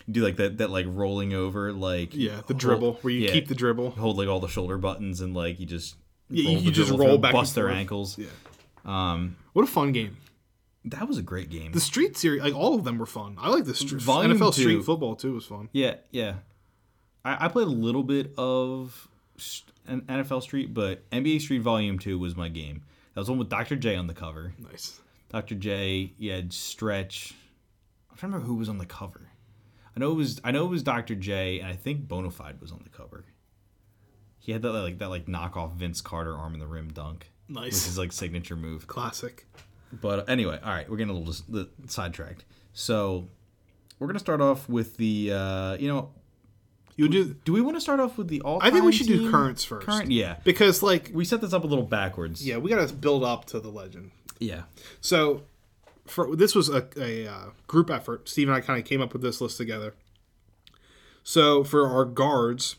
Speaker 2: You do like that that like rolling over like
Speaker 1: Yeah, the
Speaker 2: hold-
Speaker 1: dribble where you
Speaker 2: yeah.
Speaker 1: keep the dribble.
Speaker 2: hold like all the shoulder buttons and like you just
Speaker 1: Yeah, you
Speaker 2: the
Speaker 1: just
Speaker 2: dribble
Speaker 1: roll
Speaker 2: through,
Speaker 1: back and
Speaker 2: bust their
Speaker 1: forth.
Speaker 2: ankles.
Speaker 1: Yeah.
Speaker 2: Um,
Speaker 1: What a fun game!
Speaker 2: that was a great game.
Speaker 1: The street series, like all of them, were fun. I like the street
Speaker 2: Volume
Speaker 1: NFL
Speaker 2: two.
Speaker 1: street football too was fun.
Speaker 2: yeah, yeah. I, I played a little bit of st- an NFL Street, but NBA Street Volume Two was my game. That was the one with Dr. J on the cover.
Speaker 1: Nice.
Speaker 2: Dr. J, you had Stretch. I'm trying to remember who was on the cover. I know it was I know it was Dr. J, and I think Bonafide was on the cover. He had that like that like knockoff Vince Carter arm in the rim dunk. Which
Speaker 1: Nice.
Speaker 2: is like signature move.
Speaker 1: Classic.
Speaker 2: But anyway, all right, we're getting a little dis- li- sidetracked. So we're gonna start off with the uh, you know
Speaker 1: You do.
Speaker 2: do we want to start off with the all?
Speaker 1: I think we should do currents first.
Speaker 2: Current, yeah.
Speaker 1: Because like
Speaker 2: We set this up a little backwards.
Speaker 1: yeah, we gotta build up to the legend.
Speaker 2: yeah.
Speaker 1: So, for this was a, a uh, group effort. Steve and I kind of came up with this list together. So for our guards,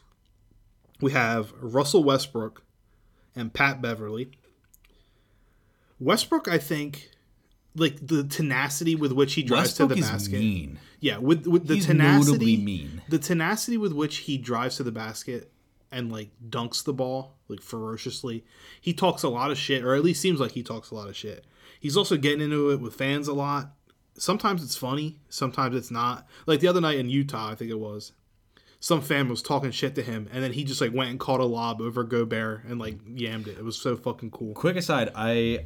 Speaker 1: we have Russell Westbrook and Pat Beverly. Westbrook, I think, like the tenacity with which he drives to the
Speaker 2: Westbrook is
Speaker 1: basket.
Speaker 2: mean.
Speaker 1: Yeah, with with the
Speaker 2: He's notably
Speaker 1: tenacity,
Speaker 2: mean.
Speaker 1: the tenacity with which he drives to the basket and like dunks the ball like ferociously. He talks a lot of shit, or at least seems like he talks a lot of shit. He's also getting into it with fans a lot. Sometimes it's funny, sometimes it's not. Like the other night in Utah, I think it was. Some fan was talking shit to him, and then he just like went and caught a lob over Gobert and like yammed it. It was so fucking cool.
Speaker 2: Quick aside, I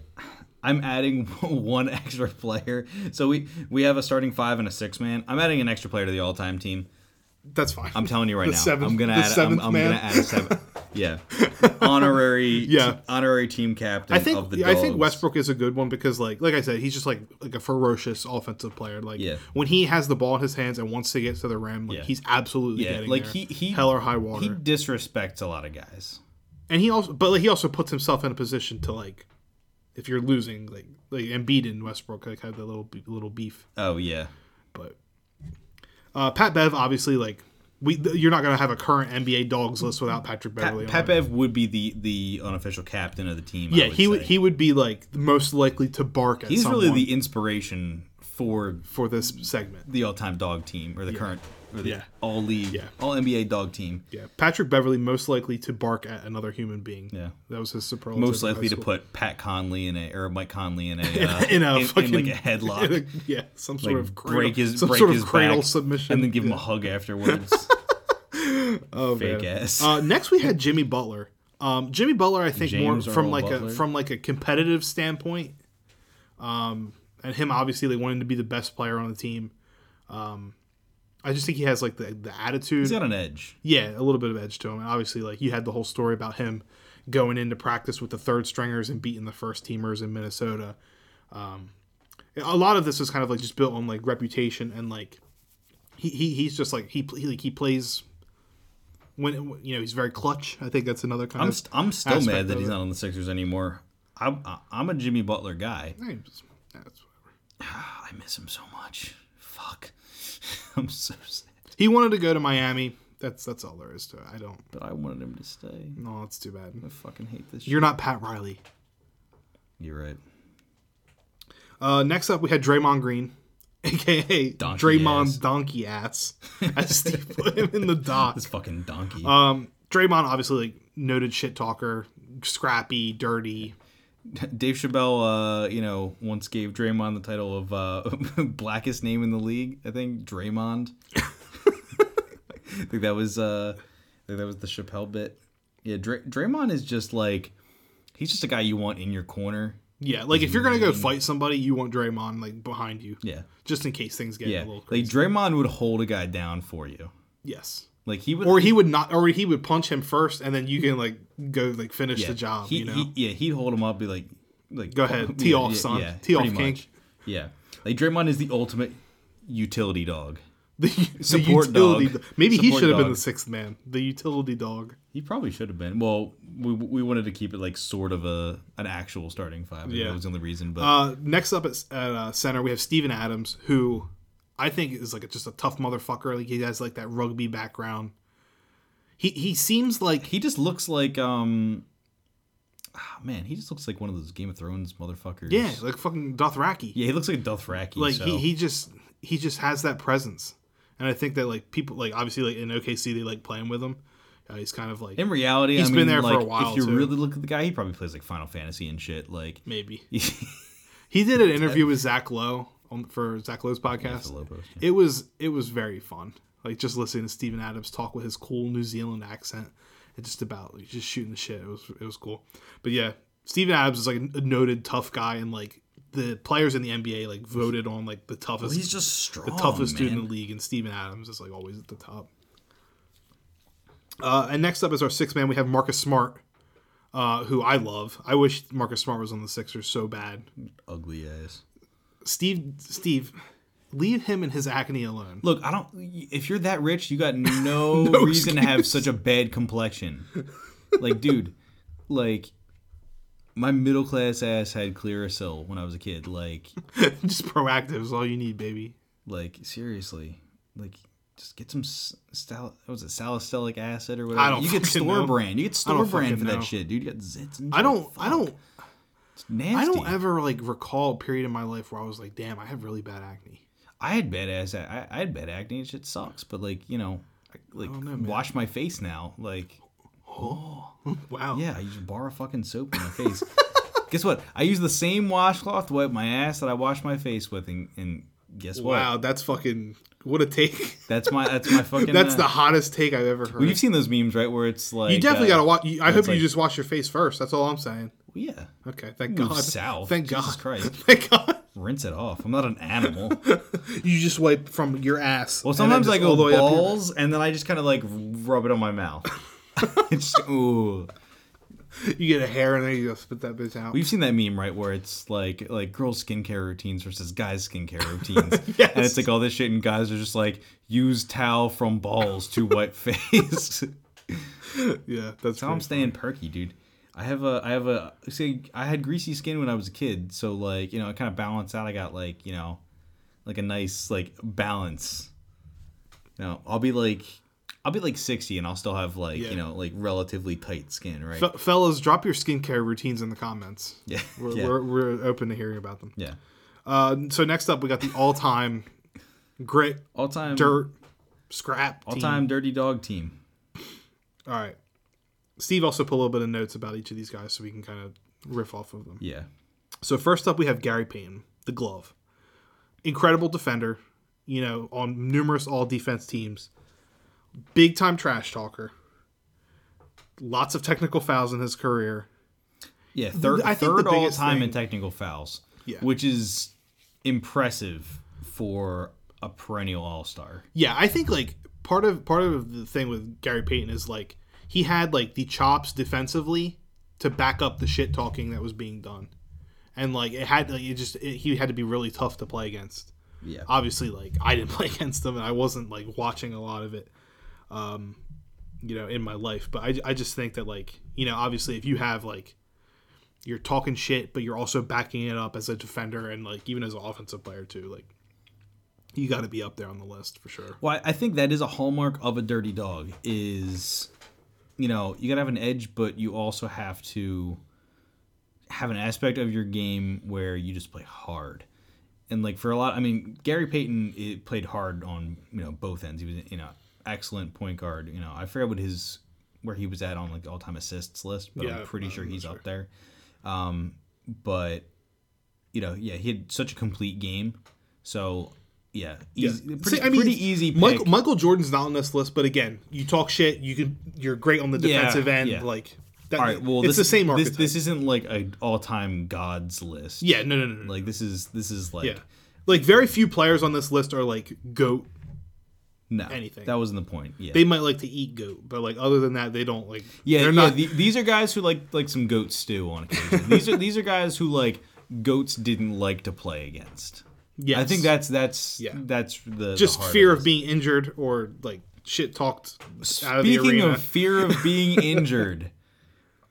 Speaker 2: I'm adding one extra player. So we we have a starting five and a six man. I'm adding an extra player to the all time team.
Speaker 1: That's fine.
Speaker 2: I'm telling you right
Speaker 1: The
Speaker 2: now.
Speaker 1: seventh-
Speaker 2: I'm gonna
Speaker 1: the
Speaker 2: add. I'm,
Speaker 1: seventh
Speaker 2: I'm
Speaker 1: man.
Speaker 2: gonna add a seven. Yeah, honorary.
Speaker 1: Yeah.
Speaker 2: honorary team captain.
Speaker 1: I think
Speaker 2: of the
Speaker 1: I think
Speaker 2: Dogs.
Speaker 1: Westbrook is a good one because like like I said, he's just like like a ferocious offensive player. Like
Speaker 2: Yeah.
Speaker 1: when he has the ball in his hands and wants to get to the rim, like
Speaker 2: Yeah.
Speaker 1: he's absolutely
Speaker 2: Yeah,
Speaker 1: getting
Speaker 2: like
Speaker 1: there.
Speaker 2: he he
Speaker 1: hell or high water.
Speaker 2: he disrespects a lot of guys.
Speaker 1: and he also but like, he also puts himself in a position to like if you're losing like like Embiid and Westbrook like have the little little beef.
Speaker 2: Oh yeah,
Speaker 1: But uh, Pat Bev obviously like we th- you're not gonna have a current NBA dogs list without Patrick Beverly. on it.
Speaker 2: Pepev would be the the unofficial captain of the team.
Speaker 1: yeah,
Speaker 2: I would
Speaker 1: he would
Speaker 2: say.
Speaker 1: he would be like the most likely to bark at
Speaker 2: he's
Speaker 1: someone
Speaker 2: really the inspiration for
Speaker 1: for this segment.
Speaker 2: the all time dog team or the current or the
Speaker 1: Yeah.
Speaker 2: all league
Speaker 1: Yeah.
Speaker 2: all NBA dog team.
Speaker 1: Yeah, Patrick Beverly most likely to bark at another human being.
Speaker 2: Yeah.
Speaker 1: that was his superlative.
Speaker 2: Most
Speaker 1: in
Speaker 2: likely
Speaker 1: high
Speaker 2: to
Speaker 1: school.
Speaker 2: put Pat Conley in a or Mike Conley in a uh,
Speaker 1: in a
Speaker 2: in
Speaker 1: fucking
Speaker 2: like a headlock.
Speaker 1: in a- yeah, some sort
Speaker 2: like,
Speaker 1: of cradle,
Speaker 2: break his
Speaker 1: some
Speaker 2: break
Speaker 1: sort of
Speaker 2: his
Speaker 1: cradle
Speaker 2: back
Speaker 1: submission,
Speaker 2: and then give him a hug afterwards. oh, fake
Speaker 1: man.
Speaker 2: ass.
Speaker 1: Uh, next, we had Jimmy Butler. Um, Jimmy Butler, I think,
Speaker 2: James
Speaker 1: more from
Speaker 2: Earl
Speaker 1: like
Speaker 2: Butler.
Speaker 1: a from like a competitive standpoint, um, and him obviously like wanting to be the best player on the team. Um, I just think he has like the the attitude.
Speaker 2: He's got an edge.
Speaker 1: yeah, a little bit of edge to him. And obviously, like you had the whole story about him going into practice with the third stringers and beating the first teamers in Minnesota. Um, a lot of this is kind of like just built on like reputation and like he, he he's just like he, pl- he like he plays when you know he's very clutch. I think that's another kind
Speaker 2: I'm
Speaker 1: of
Speaker 2: st- I'm still
Speaker 1: aspect
Speaker 2: mad that
Speaker 1: of
Speaker 2: he's
Speaker 1: it.
Speaker 2: not on the Sixers anymore. I'm I- I'm a Jimmy Butler guy. Ah,
Speaker 1: Hey, it's- that's whatever.
Speaker 2: I miss him so much. Fuck. I'm so sad.
Speaker 1: He wanted to go to Miami. That's that's all there is to it. I don't.
Speaker 2: But I wanted him to stay.
Speaker 1: No, it's too bad.
Speaker 2: I fucking hate this.
Speaker 1: You're not Pat Riley.
Speaker 2: You're right.
Speaker 1: Uh, next up, we had Draymond Green, aka
Speaker 2: Donkey
Speaker 1: Draymond
Speaker 2: ass.
Speaker 1: Donkey Ass, as Steve put him in the dock.
Speaker 2: This fucking donkey.
Speaker 1: Uh, Um, Draymond obviously like noted shit talker, scrappy, dirty.
Speaker 2: Dave Chappelle, uh, you know, once gave Draymond the title of uh, blackest name in the league. I think Draymond. I think that was uh, I think that was the Chappelle bit. Yeah, Dray- Draymond is just like he's just a guy you want in your corner.
Speaker 1: Yeah, like if you're gonna go fight somebody, you want Draymond like behind you,
Speaker 2: Yeah,
Speaker 1: just in case things get
Speaker 2: yeah.
Speaker 1: a little
Speaker 2: Like
Speaker 1: crazy.
Speaker 2: Draymond would hold a guy down for you.
Speaker 1: yes,
Speaker 2: Like he would
Speaker 1: or he would not, or he would punch him first, and then you can like go like finish the job.
Speaker 2: He,
Speaker 1: you know,
Speaker 2: he- yeah, he'd hold him up, be like, like
Speaker 1: Go ahead, tee off, son. Tee off,
Speaker 2: pretty
Speaker 1: king.
Speaker 2: much. Yeah, like Draymond is the ultimate utility dog.
Speaker 1: the,
Speaker 2: Support
Speaker 1: the utility.
Speaker 2: dog.
Speaker 1: do- Maybe he
Speaker 2: Support
Speaker 1: should have been
Speaker 2: dog.
Speaker 1: the sixth man, the utility dog.
Speaker 2: He probably should have been. Well, we, we wanted to keep it like sort of a an actual starting five. Yeah,
Speaker 1: Yeah.
Speaker 2: that was the only reason. But
Speaker 1: Uh, next up at, at uh, center, we have Steven Adams, who I think is like just a tough motherfucker. Like he has like that rugby background. He he seems like
Speaker 2: he just looks like um, ah, man, he just looks like one of those Game of Thrones motherfuckers.
Speaker 1: yeah, like fucking Dothraki.
Speaker 2: yeah, he looks like Dothraki.
Speaker 1: like
Speaker 2: so.
Speaker 1: he, he just he just has that presence, and I think that like people like obviously like in OKC they like playing with him. Uh, he's kind of like
Speaker 2: in reality,
Speaker 1: He's
Speaker 2: I
Speaker 1: been
Speaker 2: mean,
Speaker 1: there for a
Speaker 2: like,
Speaker 1: while,
Speaker 2: If you
Speaker 1: too.
Speaker 2: really look at the guy, he probably plays like Final Fantasy and shit. Like
Speaker 1: maybe he did an interview with Zach Lowe on, for Zach Lowe's podcast.
Speaker 2: Lobos.
Speaker 1: it was it was very fun. Like just listening to Steven Adams talk with his cool New Zealand accent and just about like, just shooting the shit. It was it was cool. But yeah, Steven Adams is like a noted tough guy and like the players in the NBA like voted on like the toughest
Speaker 2: He's just strong.
Speaker 1: the toughest dude in
Speaker 2: Oh, man.
Speaker 1: the league and Steven Adams is like always at the top. Uh, and next up is our sixth man. We have Marcus Smart, uh, who I love. I wish Marcus Smart was on the Sixers so bad.
Speaker 2: Ugly ass.
Speaker 1: Steve, Steve, leave him and his acne alone.
Speaker 2: Look, I don't. If you're that rich, you got no, reason to have such a bad complexion. Like, dude, like my middle class ass had Clearasil when I was a kid. Like,
Speaker 1: just proactive is all you need, baby.
Speaker 2: like seriously, like just get some s- sal. What was it salicylic acid or whatever?
Speaker 1: I don't
Speaker 2: you get
Speaker 1: fucking
Speaker 2: store
Speaker 1: know.
Speaker 2: brand. You get store brand
Speaker 1: fucking
Speaker 2: for
Speaker 1: know.
Speaker 2: that shit, dude. You got zits. And
Speaker 1: I don't, I don't,
Speaker 2: It's nasty.
Speaker 1: I don't ever like recall a period in my life where I was like, damn, I have really bad acne.
Speaker 2: I had bad ass. I, I had bad acne. and Shit sucks. But like, you know, I, like
Speaker 1: don't know, man.
Speaker 2: wash my face now. Like.
Speaker 1: Wow.
Speaker 2: Yeah, I just borrow fucking soap in my face. guess what? I use the same washcloth to wipe my ass that I wash my face with, and, and guess what?
Speaker 1: Wow, that's fucking what a take.
Speaker 2: That's my that's my fucking.
Speaker 1: that's
Speaker 2: uh,
Speaker 1: the hottest take I've ever heard.
Speaker 2: Well, you've seen those memes, right? Where it's like
Speaker 1: You definitely
Speaker 2: uh,
Speaker 1: gotta watch. I hope
Speaker 2: it's
Speaker 1: you
Speaker 2: like-
Speaker 1: just wash your face first. That's all I'm saying.
Speaker 2: Yeah,
Speaker 1: Okay, thank
Speaker 2: Move
Speaker 1: God.
Speaker 2: south.
Speaker 1: Thank
Speaker 2: Jesus
Speaker 1: God.
Speaker 2: Christ.
Speaker 1: Thank God.
Speaker 2: rinse it off. I'm not an animal.
Speaker 1: You just wipe from your ass.
Speaker 2: Well,
Speaker 1: and then
Speaker 2: sometimes
Speaker 1: just
Speaker 2: I
Speaker 1: all
Speaker 2: go
Speaker 1: the way up here.
Speaker 2: balls, and then I just kind of like rub it on my mouth. it's just, ooh.
Speaker 1: You get a hair and then you just spit that bitch out.
Speaker 2: We've seen that meme, right, where it's like like girls' skincare routines versus guys' skincare routines,
Speaker 1: Yes.
Speaker 2: and it's like all this shit, and guys are just like use towel from balls to wipe face.
Speaker 1: yeah, that's
Speaker 2: Now I'm
Speaker 1: pretty-
Speaker 2: staying perky, dude. I have a I have a see I had greasy skin when I was a kid, so like you know it kind of balanced out. I got like you know like a nice like balance. Now I'll be like I'll be like 60 and I'll still have like
Speaker 1: Yeah.
Speaker 2: you know like relatively tight skin, right?
Speaker 1: Fe- fellas, drop your skincare routines in the comments.
Speaker 2: yeah,
Speaker 1: We're,
Speaker 2: yeah,
Speaker 1: we're, we're open to hearing about them.
Speaker 2: yeah.
Speaker 1: Uh, so next up, we got the all-time grit,
Speaker 2: All time
Speaker 1: dirt, scrap
Speaker 2: all
Speaker 1: team.
Speaker 2: time dirty dog team.
Speaker 1: All right. Steve also put a little bit of notes about each of these guys, so we can kind of riff off of them.
Speaker 2: Yeah.
Speaker 1: So first up, we have Gary Payton, the glove, incredible defender. You know, on numerous all defense teams, big time trash talker. Lots of technical fouls in his career.
Speaker 2: Yeah, third
Speaker 1: I think the
Speaker 2: third all
Speaker 1: biggest
Speaker 2: time
Speaker 1: thing-
Speaker 2: in technical fouls.
Speaker 1: Yeah.
Speaker 2: Which is impressive for a perennial all-star.
Speaker 1: Yeah, I think like part of part of the thing with Gary Payton is like he had like the chops defensively to back up the shit talking that was being done, and like it had like it just it, he had to be really tough to play against.
Speaker 2: Yeah.
Speaker 1: obviously like I didn't play against them and I wasn't like watching a lot of it um you know in my life but I, I just think that like you know obviously if you have like you're talking shit but you're also backing it up as a defender and like even as an offensive player too like you got to be up there on the list for sure
Speaker 2: Well, I think that is a hallmark of a dirty dog is you know, you got to have an edge but you also have to have an aspect of your game where you just play hard. And like for a lot, I mean, Gary Payton it played hard on, you know, both ends. He was, you know, excellent point guard, you know. I forget what his where he was at on like all time assists list, but
Speaker 1: Yeah,
Speaker 2: I'm pretty
Speaker 1: I'm
Speaker 2: sure
Speaker 1: not
Speaker 2: he's
Speaker 1: sure.
Speaker 2: up there. Um, but you know, yeah, he had such a complete game. So yeah, easy, pretty,
Speaker 1: See, I mean,
Speaker 2: pretty easy. Pick.
Speaker 1: Michael, Michael Jordan's not on this list, but again, you talk shit. You can you're great on the
Speaker 2: Yeah,
Speaker 1: defensive end.
Speaker 2: yeah.
Speaker 1: Like that,
Speaker 2: all right, well,
Speaker 1: it's
Speaker 2: this,
Speaker 1: the same
Speaker 2: This,
Speaker 1: archetype.
Speaker 2: this isn't like a all time gods list.
Speaker 1: yeah, no, no, no, no.
Speaker 2: like this is this is like
Speaker 1: yeah, like very few players on this list are like goat.
Speaker 2: no
Speaker 1: Anything.
Speaker 2: That wasn't the point. Yeah,
Speaker 1: They might like to eat goat, but like other than that, they don't like.
Speaker 2: Yeah,
Speaker 1: they're
Speaker 2: yeah,
Speaker 1: not.
Speaker 2: the- these are guys who like like some goat stew on occasion. these are these are guys who like goats didn't like to play against.
Speaker 1: yes.
Speaker 2: I think that's that's
Speaker 1: Yeah.
Speaker 2: that's the
Speaker 1: just
Speaker 2: the heart
Speaker 1: fear
Speaker 2: it.
Speaker 1: of being injured or like shit talked out of the
Speaker 2: Speaking
Speaker 1: arena.
Speaker 2: of fear of being injured,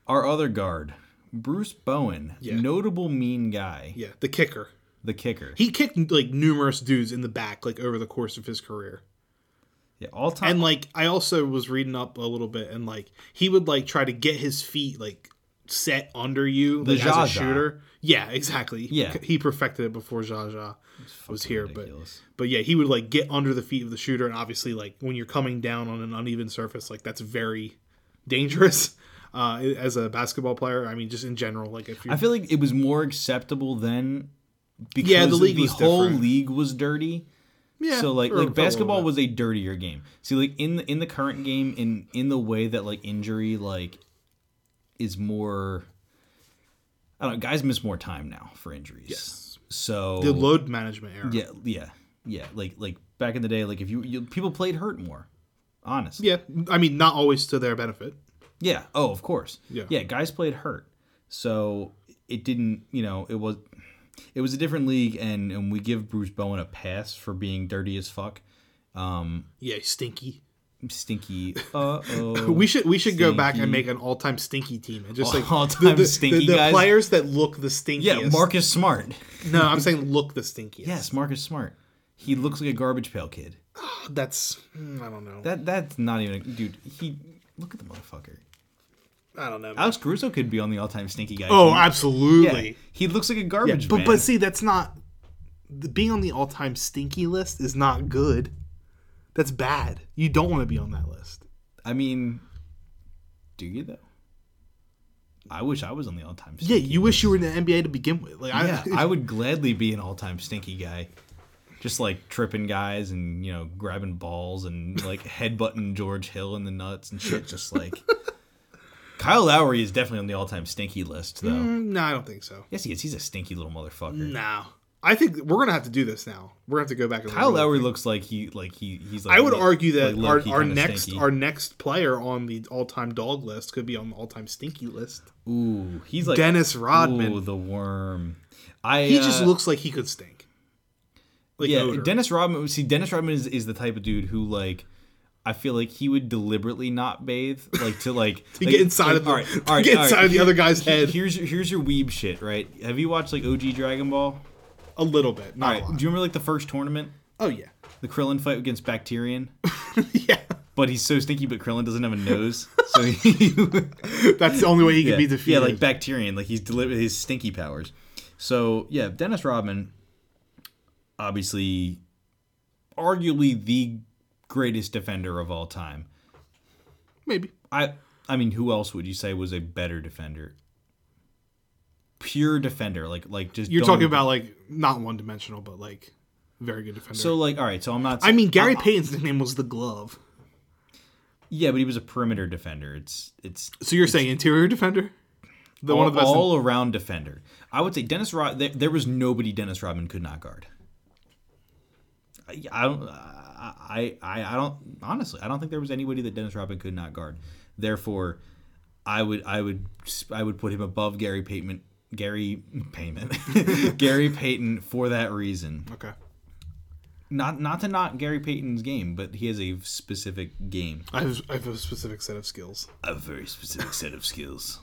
Speaker 2: our other guard, Bruce Bowen, notable mean guy,
Speaker 1: yeah, the kicker.
Speaker 2: the kicker,
Speaker 1: He kicked like numerous dudes in the back like over the course of his career.
Speaker 2: yeah, all time.
Speaker 1: And like I also was reading up a little bit and like he would like try to get his feet like set under you like, as
Speaker 2: Zsa
Speaker 1: a
Speaker 2: Zsa.
Speaker 1: shooter. Yeah, exactly. He-
Speaker 2: Yeah.
Speaker 1: He perfected it before Zsa Zsa was here,
Speaker 2: ridiculous.
Speaker 1: but but yeah, he would like get under the feet of the shooter and obviously like when you're coming down on an uneven surface, like that's very dangerous. Uh, as a basketball player, I mean, just in general, like if you
Speaker 2: I feel like it was more acceptable then because
Speaker 1: Yeah, the
Speaker 2: the,
Speaker 1: league was
Speaker 2: whole
Speaker 1: different.
Speaker 2: league was dirty.
Speaker 1: yeah,
Speaker 2: so like
Speaker 1: for- for a
Speaker 2: like
Speaker 1: little
Speaker 2: basketball
Speaker 1: bit.
Speaker 2: was a dirtier game. See like in the, in the current game in in the way that like injury like is more I don't know, guys miss more time now for injuries.
Speaker 1: Yes.
Speaker 2: So
Speaker 1: the load management era.
Speaker 2: yeah, yeah. Yeah, like like back in the day like if you, you people played hurt more. Honestly.
Speaker 1: Yeah, I mean, not always to their benefit.
Speaker 2: Yeah. Oh, of course.
Speaker 1: Yeah.
Speaker 2: Yeah. Guys played hurt, so it didn't. You know, it was it was a different league, and and we give Bruce Bowen a pass for being dirty as fuck,
Speaker 1: Yeah, stinky.
Speaker 2: stinky. Uh oh.
Speaker 1: We should we should go back and make an all time stinky team and just like
Speaker 2: All-time
Speaker 1: the, the,
Speaker 2: stinky
Speaker 1: the, the
Speaker 2: guys?
Speaker 1: players that look the stinkiest.
Speaker 2: Yeah, Marcus Smart.
Speaker 1: No, I'm saying look the stinkiest.
Speaker 2: Yes, Marcus Smart. He looks like a garbage pail kid.
Speaker 1: that's mm, I don't know.
Speaker 2: That that's not even dude. He look at the motherfucker.
Speaker 1: I don't know. man.
Speaker 2: Alex Caruso could be on the all-time stinky guy.
Speaker 1: oh,
Speaker 2: team.
Speaker 1: absolutely.
Speaker 2: yeah. He looks like a garbage.
Speaker 1: But
Speaker 2: man.
Speaker 1: but see, that's not the- being on the all time stinky list is not good. That's bad. You don't want to be on that list.
Speaker 2: I mean, do you though? I wish I was on the all-time.
Speaker 1: Yeah, you wish you were in the NBA to begin with. Like
Speaker 2: Yeah,
Speaker 1: I,
Speaker 2: I would gladly be an all-time stinky guy, just like tripping guys and you know grabbing balls and like headbutting George Hill in the nuts and shit. Just like Kyle Lowry is definitely on the all-time stinky list though.
Speaker 1: no, mm, I don't think so.
Speaker 2: Yes, he is. He's a stinky little motherfucker.
Speaker 1: No, I think we're gonna have to do this now. We're gonna have to go back and
Speaker 2: Kyle
Speaker 1: relook.
Speaker 2: Lowry looks like he like he he's. Like,
Speaker 1: I would
Speaker 2: like-
Speaker 1: argue that
Speaker 2: like,
Speaker 1: our,
Speaker 2: low-key
Speaker 1: our
Speaker 2: kinda
Speaker 1: next
Speaker 2: stinky.
Speaker 1: our next player on the all time dog list could be on the all time stinky list.
Speaker 2: ooh he's like
Speaker 1: Dennis Rodman.
Speaker 2: Ooh, the worm. I
Speaker 1: He just
Speaker 2: uh,
Speaker 1: looks like he could stink. Like
Speaker 2: yeah,
Speaker 1: odor.
Speaker 2: Dennis Rodman. See, Dennis Rodman is, is the type of dude who like. I feel like he would deliberately not bathe, like to like to
Speaker 1: get inside of the- to get inside of the other guy's head.
Speaker 2: Here's your here's your weeb shit, right? Have you watched like OG Dragon Ball?
Speaker 1: a little bit, not
Speaker 2: All right,
Speaker 1: a
Speaker 2: do you
Speaker 1: lot.
Speaker 2: remember like the first tournament,
Speaker 1: Oh yeah,
Speaker 2: the Krillin fight against Bacterian?
Speaker 1: yeah.
Speaker 2: But he's so stinky, but Krillin doesn't have a nose, so he
Speaker 1: That's the only way he could
Speaker 2: yeah.
Speaker 1: be defeated.
Speaker 2: Yeah, like Bacterian, like he's delivered his stinky powers. So yeah, Dennis Rodman, obviously, arguably the greatest defender of all time.
Speaker 1: maybe.
Speaker 2: I I mean, who else would you say was a better defender? Pure defender, like like just
Speaker 1: You're
Speaker 2: don't-
Speaker 1: talking about like not one dimensional, but like very good defender.
Speaker 2: so uh, like all right. So I'm not.
Speaker 1: I mean, Gary Payton's nickname was the glove.
Speaker 2: yeah, but he was a perimeter defender. It's it's
Speaker 1: So you're saying interior defender? The
Speaker 2: all,
Speaker 1: one of the best.
Speaker 2: all around defender. I would say Dennis Rod. There, there was nobody Dennis Rodman could not guard. I, I don't. I, I I don't. Honestly, I don't think there was anybody that Dennis Rodman could not guard. Therefore, I would I would I would put him above Gary Payton. Gary Payton. Gary Payton for that reason.
Speaker 1: okay.
Speaker 2: Not not to knock Gary Payton's game, but he has a specific game.
Speaker 1: I have, I have a specific set of skills.
Speaker 2: A very specific set of skills.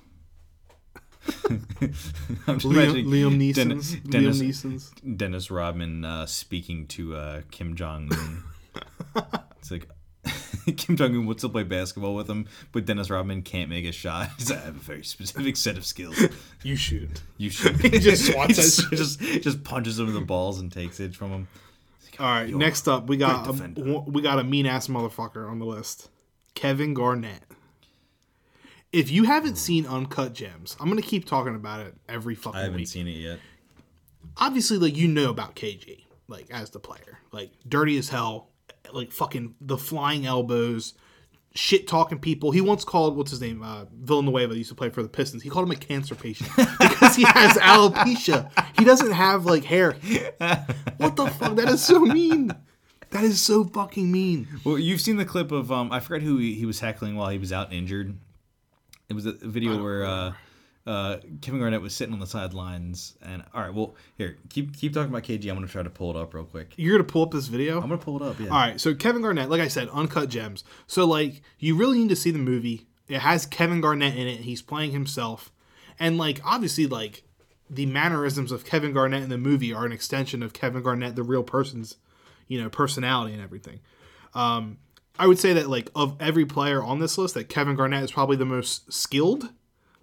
Speaker 2: I'm just
Speaker 1: Liam,
Speaker 2: imagining
Speaker 1: Liam
Speaker 2: Den-
Speaker 1: Neeson's.
Speaker 2: Dennis-
Speaker 1: Liam Neeson's.
Speaker 2: Dennis Rodman uh, speaking to uh, Kim Jong Un. it's like Kim Jong Un wants to play basketball with him, but Dennis Rodman can't make a shot. He's like, I have a very specific set of skills.
Speaker 1: You shoot.
Speaker 2: You should.
Speaker 1: He just swats
Speaker 2: just,
Speaker 1: us.
Speaker 2: just just punches him in the balls and takes it from him.
Speaker 1: All right, next up we got
Speaker 2: defender.
Speaker 1: a, we got a mean ass motherfucker on the list, Kevin Garnett. If you haven't seen Uncut Gems, I'm gonna keep talking about it every fucking
Speaker 2: I haven't
Speaker 1: week.
Speaker 2: seen it yet.
Speaker 1: Obviously, like you know about KG, like as the player, like dirty as hell, like fucking the flying elbows, shit talking people. He once called what's his name uh, Villanueva he used to play for the Pistons. He called him a cancer patient because he has alopecia. He doesn't have like hair. What the fuck? That is so mean. That is so fucking mean.
Speaker 2: Well, you've seen the clip of um, I forgot who he, he was heckling while he was out injured. It was a video where uh, uh, Kevin Garnett was sitting on the sidelines, and all right, well, here keep keep talking about KG. I'm gonna try to pull it up real quick.
Speaker 1: You're gonna pull up this video.
Speaker 2: I'm gonna pull it up. Yeah.
Speaker 1: All right, so Kevin Garnett, like I said, uncut gems. So like you really need to see the movie. It has Kevin Garnett in it. He's playing himself, and like obviously like the mannerisms of Kevin Garnett in the movie are an extension of Kevin Garnett, the real person's, you know, personality and everything. Um, I would say that like of every player on this list, that Kevin Garnett is probably the most skilled,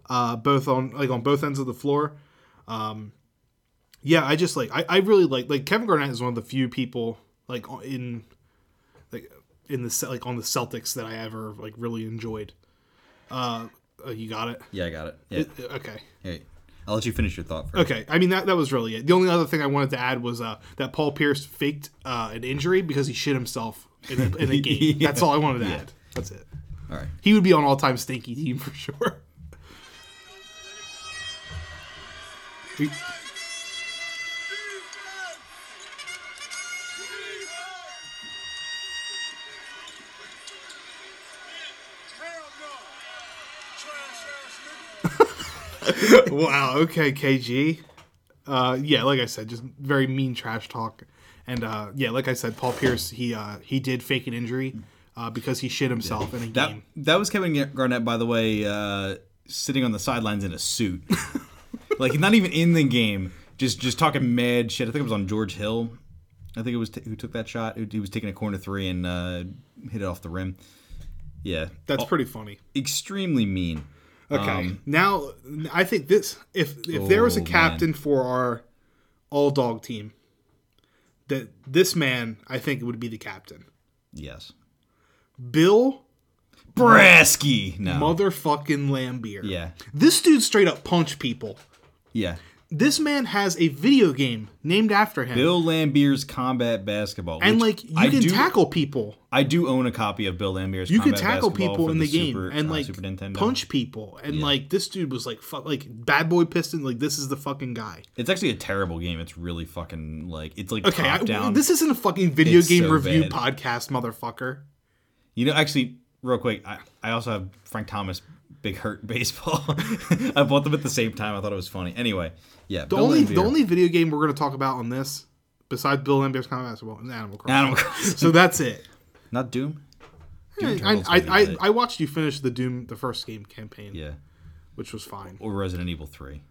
Speaker 1: uh, both on like on both ends of the floor. Um, Yeah, I just like I, I really like like Kevin Garnett is one of the few people like in like in the Ce- like on the Celtics that I ever like really enjoyed. Uh, uh, you got it.
Speaker 2: Yeah, I got it. Yeah.
Speaker 1: Okay.
Speaker 2: Hey, I'll let you finish your thought first.
Speaker 1: Okay. I mean that that was really it. The only other thing I wanted to add was uh that Paul Pierce faked uh an injury because he shit himself in a, in a game.
Speaker 2: Yeah.
Speaker 1: That's all I wanted to add. That's it.
Speaker 2: All right.
Speaker 1: He would be on all time stinky team for sure. He- wow. Okay, KG. Uh, yeah, like I said, just very mean trash talk. And uh, yeah, like I said, Paul Pierce, he uh, he did fake an injury uh, because he shit himself in a
Speaker 2: That
Speaker 1: game.
Speaker 2: that was Kevin Gar- Garnett, by the way, uh, sitting on the sidelines in a suit, like he's not even in the game, just just talking mad shit. I think it was on George Hill. I think it was t- who took that shot. Who- He was taking a corner three and uh, hit it off the rim. Yeah,
Speaker 1: That's pretty funny.
Speaker 2: extremely mean.
Speaker 1: Okay, now I think this if if there was a
Speaker 2: Um, Oh, man.
Speaker 1: captain for our all dog team, that this man I think would be the captain.
Speaker 2: Yes,
Speaker 1: Bill
Speaker 2: Brasky. No.
Speaker 1: motherfucking Lambier.
Speaker 2: yeah,
Speaker 1: This dude straight up punched people.
Speaker 2: yeah.
Speaker 1: This man has a video game named after him.
Speaker 2: Bill Lambier's combat basketball,
Speaker 1: and
Speaker 2: which
Speaker 1: like you
Speaker 2: I
Speaker 1: can
Speaker 2: do,
Speaker 1: tackle people.
Speaker 2: I do own a copy of Bill Lambier's.
Speaker 1: You can
Speaker 2: combat
Speaker 1: tackle
Speaker 2: Basketball
Speaker 1: people
Speaker 2: for
Speaker 1: in the, game
Speaker 2: Super-
Speaker 1: and
Speaker 2: uh,
Speaker 1: like
Speaker 2: Super Nintendo.
Speaker 1: punch people. And like this dude was like fuck like bad boy piston like this is the fucking guy.
Speaker 2: It's actually a terrible game. It's really fucking like it's like
Speaker 1: Okay,
Speaker 2: top
Speaker 1: I-
Speaker 2: down.
Speaker 1: this isn't a fucking video
Speaker 2: It's
Speaker 1: game
Speaker 2: so
Speaker 1: review
Speaker 2: bad.
Speaker 1: podcast, motherfucker.
Speaker 2: you know, actually, real quick, I, I also have Frank Thomas Big Hurt Baseball. I bought them at the same time. I thought it was funny. Anyway, yeah.
Speaker 1: The only the only video game we're gonna talk about on this, besides Bill Lambier's Combat Basketball, is Animal Crossing.
Speaker 2: Animal Crossing.
Speaker 1: so that's it.
Speaker 2: not Doom. Doom
Speaker 1: I,
Speaker 2: Turtles
Speaker 1: I,
Speaker 2: would be
Speaker 1: I,
Speaker 2: good.
Speaker 1: I watched you finish the Doom the first game campaign,
Speaker 2: yeah,
Speaker 1: which was fine.
Speaker 2: or Resident Evil Three.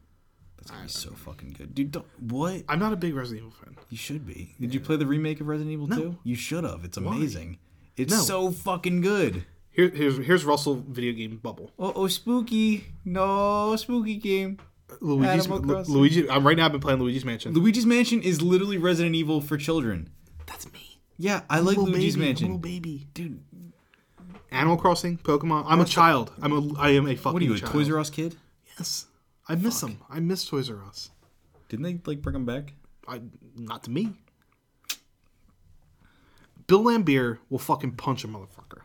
Speaker 2: That's gonna be so fucking good, dude. Don't, what
Speaker 1: I'm not a big Resident Evil fan.
Speaker 2: you should be? Did you play the remake of Resident Evil Two? You should have. It's amazing. It's so fucking good.
Speaker 1: Here, here's here's Russell video game bubble.
Speaker 2: Oh, oh, spooky! No, spooky game.
Speaker 1: Luigi's
Speaker 2: Animal
Speaker 1: Lu-
Speaker 2: Crossing.
Speaker 1: Luigi. I'm right now. I've been playing Luigi's Mansion.
Speaker 2: Luigi's Mansion is literally Resident Evil for children.
Speaker 1: That's me.
Speaker 2: Yeah, I like
Speaker 1: Little
Speaker 2: Luigi's
Speaker 1: baby,
Speaker 2: Mansion.
Speaker 1: Little baby.
Speaker 2: Dude,
Speaker 1: Animal Crossing, Pokemon. I'm a child. I'm a. I am a fucking.
Speaker 2: what are you, a
Speaker 1: child.
Speaker 2: Toys R Us kid?
Speaker 1: Yes. I miss them. I miss Toys R Us.
Speaker 2: Didn't they like bring them back?
Speaker 1: I not to me. Bill Lambier will fucking punch a motherfucker.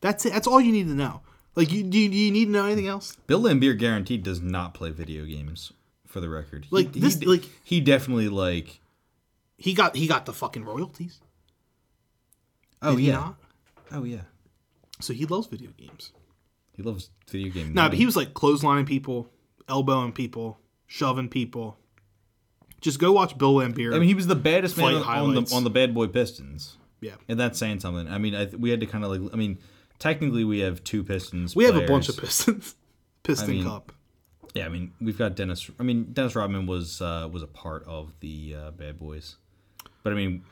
Speaker 1: That's it. That's all you need to know. Like you, do you, do you need to know anything else?
Speaker 2: Bill Lambier guaranteed does not play video games. For the record, He-
Speaker 1: Like,
Speaker 2: he,
Speaker 1: this-
Speaker 2: de-
Speaker 1: like-
Speaker 2: he definitely like.
Speaker 1: He got he got the fucking royalties.
Speaker 2: Oh
Speaker 1: Did he
Speaker 2: yeah.
Speaker 1: not?
Speaker 2: Oh yeah.
Speaker 1: So he loves video games.
Speaker 2: He loves video games.
Speaker 1: No, but he was like clotheslining people, elbowing people, shoving people. Just go watch Bill Lambier.
Speaker 2: I mean, he was the baddest man
Speaker 1: Flight
Speaker 2: on
Speaker 1: highlights.
Speaker 2: the on the Bad Boy Pistons,
Speaker 1: yeah.
Speaker 2: and that's saying something. I mean, I, th- we had to kind of like. I mean, technically, we have two Pistons.
Speaker 1: We have a bunch
Speaker 2: players.
Speaker 1: of Pistons. Piston
Speaker 2: mean-
Speaker 1: Cup.
Speaker 2: Yeah, I mean, we've got Dennis. I mean, Dennis Rodman was uh, was a part of the uh, Bad Boys, but I mean,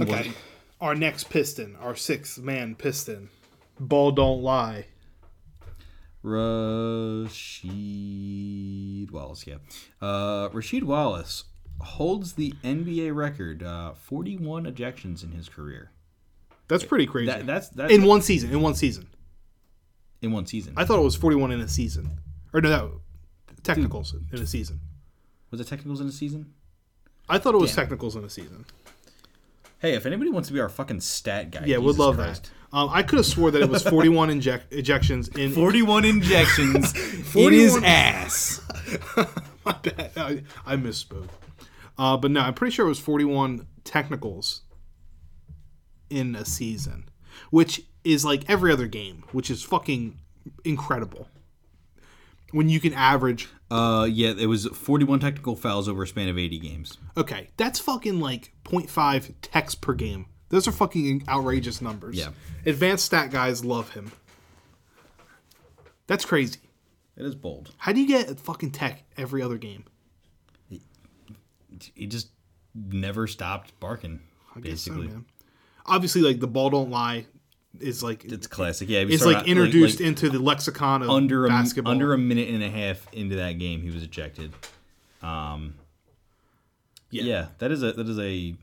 Speaker 1: Okay. Our next Piston, our sixth man Piston. Ball don't lie.
Speaker 2: Rashid Wallace, yeah, uh, Rashid Wallace holds the NBA record uh, forty one ejections in his career.
Speaker 1: That's pretty crazy.
Speaker 2: That, that's that's
Speaker 1: in one season. In one season.
Speaker 2: in one season.
Speaker 1: I thought it was 41 in a season, or no, that, technicals in a season.
Speaker 2: Was it technicals in a season?
Speaker 1: I thought it was technicals in a season.
Speaker 2: Hey, if anybody wants to be our fucking stat guy,
Speaker 1: Yeah,
Speaker 2: Jesus
Speaker 1: would love
Speaker 2: Christ.
Speaker 1: that. Um, I could have swore that it was 41 inject- ejections in.
Speaker 2: 41 injections in his
Speaker 1: 41
Speaker 2: ass.
Speaker 1: My bad. I, I misspoke. Uh, but no, I'm pretty sure it was 41 technicals in a season, which is like every other game, which is fucking incredible. When you can average,
Speaker 2: Uh, yeah, it was 41 technical fouls over a span of 80 games.
Speaker 1: okay, that's fucking like 0.5 techs per game. Those are fucking outrageous numbers.
Speaker 2: Yeah.
Speaker 1: Advanced stat guys love him. That's crazy.
Speaker 2: It is bold.
Speaker 1: How do you get fucking tech every other game?
Speaker 2: He just never stopped barking,
Speaker 1: I guess so,
Speaker 2: basically.
Speaker 1: man. Obviously, like the ball don't lie is like
Speaker 2: It's classic. Yeah,
Speaker 1: it's like introduced into the lexicon of
Speaker 2: under a,
Speaker 1: basketball.
Speaker 2: under a minute and a half into that game, he was ejected. Um, yeah. that is a that is a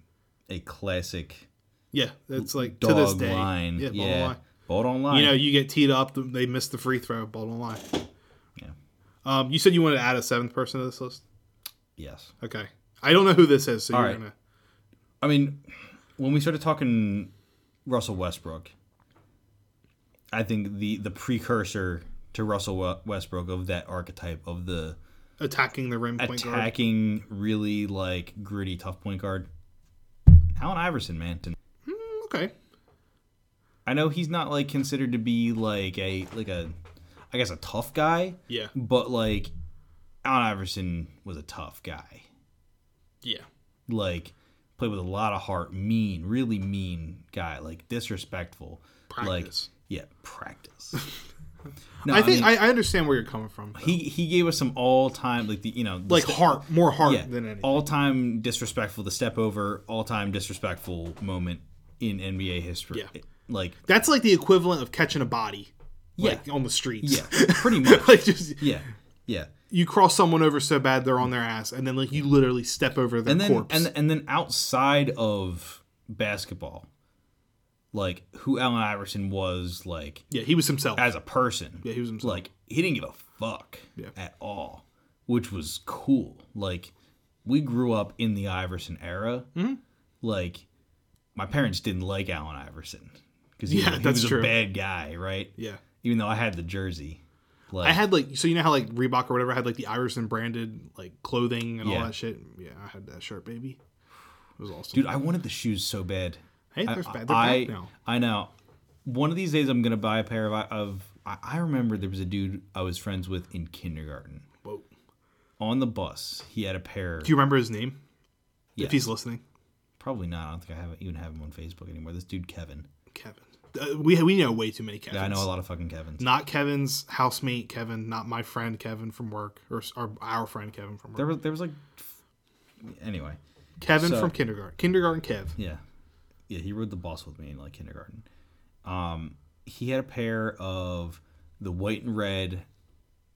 Speaker 2: a classic
Speaker 1: yeah, it's like
Speaker 2: dog
Speaker 1: to this day.
Speaker 2: line.
Speaker 1: Yeah,
Speaker 2: Yeah,
Speaker 1: ball don't lie.
Speaker 2: ball don't lie.
Speaker 1: You know, you get teed up, they miss the free throw, ball don't lie.
Speaker 2: yeah.
Speaker 1: Um, you said you wanted to add a seventh person to this list.
Speaker 2: Yes.
Speaker 1: Okay, I don't know who this is, so you're
Speaker 2: right.
Speaker 1: gonna.
Speaker 2: I mean, when we started talking Russell Westbrook, I think the the precursor to Russell We- Westbrook of that archetype of the
Speaker 1: Attacking the rim point guard.
Speaker 2: attacking, really like gritty, tough point guard. Allen Iverson, man.
Speaker 1: Okay.
Speaker 2: I know he's not like considered to be like a like a, I guess a tough guy,
Speaker 1: Yeah.
Speaker 2: but like Allen Iverson was a tough guy.
Speaker 1: Yeah.
Speaker 2: like played with a lot of heart, mean, really mean guy, like disrespectful.
Speaker 1: Practice.
Speaker 2: Like yeah, practice. no,
Speaker 1: I think
Speaker 2: mean,
Speaker 1: I, I understand where you're coming from. though.
Speaker 2: he he gave us some all time like the you know the
Speaker 1: like
Speaker 2: step-
Speaker 1: heart, more heart
Speaker 2: yeah,
Speaker 1: than anything.
Speaker 2: all time disrespectful the step over all time disrespectful moment in NBA history.
Speaker 1: Yeah.
Speaker 2: Like
Speaker 1: That's like the equivalent of catching a body, like on the streets.
Speaker 2: yeah, pretty much.
Speaker 1: like just
Speaker 2: Yeah. Yeah.
Speaker 1: you cross someone over so bad they're on their ass, and then like you literally step over their
Speaker 2: and then
Speaker 1: corpse.
Speaker 2: and and then outside of basketball, like who Allen Iverson was like
Speaker 1: yeah, he was himself.
Speaker 2: as a person. Yeah,
Speaker 1: he was himself.
Speaker 2: Like he didn't give a fuck
Speaker 1: Yeah.
Speaker 2: at all, which was cool. Like we grew up in the Iverson era.
Speaker 1: Hmm?
Speaker 2: Like my parents didn't like Allen Iverson because he,
Speaker 1: Yeah,
Speaker 2: was- he
Speaker 1: that's
Speaker 2: was
Speaker 1: true.
Speaker 2: a bad guy, right?
Speaker 1: yeah,
Speaker 2: Even though I had the jersey, like
Speaker 1: I had like so you know how like Reebok or whatever had like the Iverson branded like clothing and all
Speaker 2: Yeah.
Speaker 1: that shit. Yeah, I had that shirt, baby. It was awesome.
Speaker 2: dude, I wanted the shoes so bad.
Speaker 1: hey,
Speaker 2: I-
Speaker 1: they're, bad. they're
Speaker 2: I,
Speaker 1: back now.
Speaker 2: I know. One of these days, I'm gonna buy a pair of. of I, I remember there was a dude I was friends with in kindergarten.
Speaker 1: Whoa.
Speaker 2: On the bus, he had a pair.
Speaker 1: Do you remember his name?
Speaker 2: Yeah.
Speaker 1: If he's listening,
Speaker 2: Probably not. I don't think I have even have him on Facebook anymore. This dude Kevin.
Speaker 1: Kevin. Uh, we we know way too many Kevins.
Speaker 2: Yeah, I know a lot of fucking Kevins.
Speaker 1: Not Kevin's housemate Kevin, not my friend Kevin from work, or s- or our friend Kevin from work.
Speaker 2: There was there was like, anyway,
Speaker 1: Kevin
Speaker 2: so-
Speaker 1: from kindergarten. Kindergarten Kev.
Speaker 2: yeah, yeah. He rode the bus with me in like kindergarten. Um, he had a pair of the white and red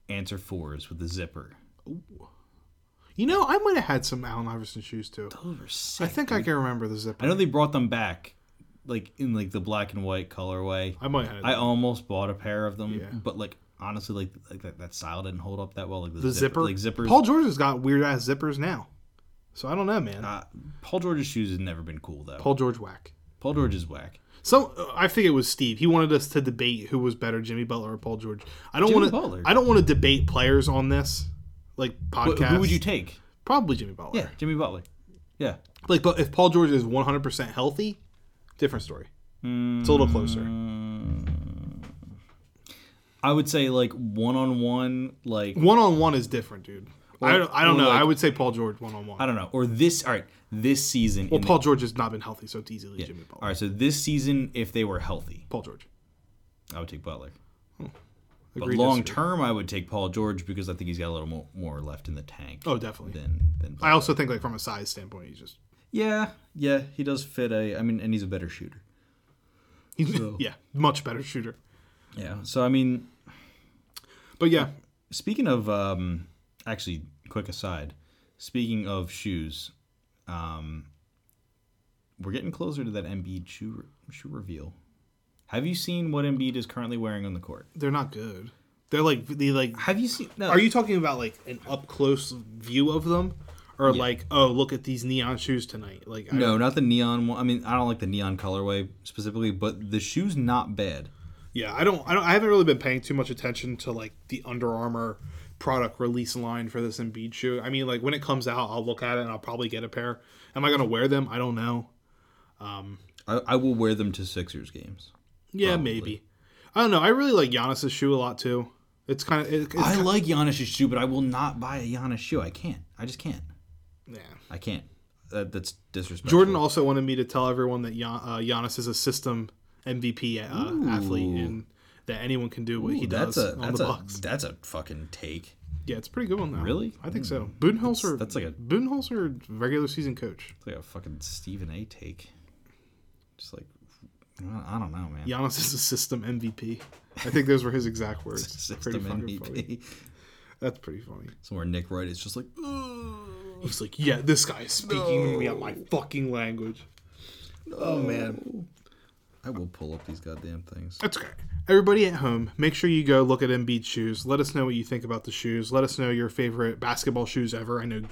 Speaker 2: answer fours with the zipper.
Speaker 1: You know, I might have had some Allen Iverson shoes too.
Speaker 2: Those were
Speaker 1: I
Speaker 2: sick.
Speaker 1: think I can remember the
Speaker 2: I
Speaker 1: zipper.
Speaker 2: know they brought them back, like in like the black and white colorway.
Speaker 1: I might have.
Speaker 2: I almost bought a pair of them,
Speaker 1: Yeah.
Speaker 2: but like honestly, like, like that, that style didn't hold up that well. Like the,
Speaker 1: the zipper.
Speaker 2: like zippers.
Speaker 1: Paul George has got weird ass zippers now, so I don't know, man.
Speaker 2: Uh, Paul George's shoes has never been cool though. Paul,
Speaker 1: Paul George whack.
Speaker 2: George is whack.
Speaker 1: So uh, I think it was Steve. He wanted us to debate who was better, Jimmy Butler or Paul George. I don't
Speaker 2: Jimmy
Speaker 1: want
Speaker 2: Butler.
Speaker 1: to. I don't want to debate players on this like
Speaker 2: But
Speaker 1: podcast.
Speaker 2: who would you take?
Speaker 1: Probably Jimmy Butler.
Speaker 2: Yeah, Jimmy Butler. Yeah,
Speaker 1: Like, but if Paul George is one hundred percent healthy, different story. It's a little closer.
Speaker 2: Mm. I would say like one on one, like
Speaker 1: One on one is different, dude. I don't, I don't
Speaker 2: or
Speaker 1: know.
Speaker 2: like-
Speaker 1: I would say Paul George one on one.
Speaker 2: I don't know, or this. All right, this season.
Speaker 1: Well,
Speaker 2: in the-
Speaker 1: Paul George has not been healthy, so it's easily Jimmy Butler.
Speaker 2: all right, so this season, if they were healthy,
Speaker 1: Paul George.
Speaker 2: I would take Butler. But
Speaker 1: Agree,
Speaker 2: long
Speaker 1: disagree.
Speaker 2: term, I would take Paul George because I think he's got a little more, more left in the tank.
Speaker 1: Oh, definitely.
Speaker 2: than than.
Speaker 1: I also think, like from a size standpoint, he's just
Speaker 2: yeah, yeah, he does fit a. I mean, and he's a better shooter.
Speaker 1: he's yeah, much better shooter.
Speaker 2: Yeah. So I mean,
Speaker 1: But yeah,
Speaker 2: Speaking of, um, actually, quick aside. Speaking of shoes, um, we're getting closer to that Embiid shoe shoe reveal. Have you seen what Embiid is currently wearing on the court?
Speaker 1: They're not good. They're like the like.
Speaker 2: Have you seen? No.
Speaker 1: Are you talking about like an up close view of them, or like oh look at these neon shoes tonight? Like I,
Speaker 2: No, not the neon one. I mean, I don't like the neon colorway specifically, but the shoe's not bad.
Speaker 1: yeah, I don't, I don't. I haven't really been paying too much attention to like the Under Armour product release line for this Embiid shoe. I mean, like when it comes out, I'll look at it and I'll probably get a pair. Am I gonna wear them? I don't know.
Speaker 2: I, I will wear them to Sixers games.
Speaker 1: Yeah, maybe. I don't know. I really like Giannis's shoe a lot too. It's kind of it, it's
Speaker 2: I like Giannis's shoe, but I will not buy a Giannis shoe. I can't. I just can't.
Speaker 1: yeah.
Speaker 2: I can't. That, that's disrespectful.
Speaker 1: Jordan also wanted me to tell everyone that Gian, uh, Giannis is a system MVP uh, athlete and that anyone can do what he
Speaker 2: Ooh,
Speaker 1: does
Speaker 2: that's a
Speaker 1: on
Speaker 2: that's
Speaker 1: the
Speaker 2: a
Speaker 1: box.
Speaker 2: that's a fucking take.
Speaker 1: Yeah, it's a pretty good one though.
Speaker 2: Really? Hmm.
Speaker 1: I think so. Budenholzer.
Speaker 2: That's- that's like a-
Speaker 1: Budenholzer regular season coach.
Speaker 2: It's like a fucking Stephen A. take. Just like I don't know, man.
Speaker 1: Giannis is a system MVP. I think those were his exact words. It's pretty
Speaker 2: System
Speaker 1: fucking funny.
Speaker 2: MVP.
Speaker 1: That's pretty funny.
Speaker 2: Somewhere Nick Wright is just like,
Speaker 1: He's like, yeah, this guy is speaking to me on my fucking language. Oh man.
Speaker 2: I will pull up these goddamn things.
Speaker 1: That's okay. Everybody at home, make sure you go look at Embiid's shoes. Let us know what you think about the shoes. Let us know your favorite basketball shoes ever. I know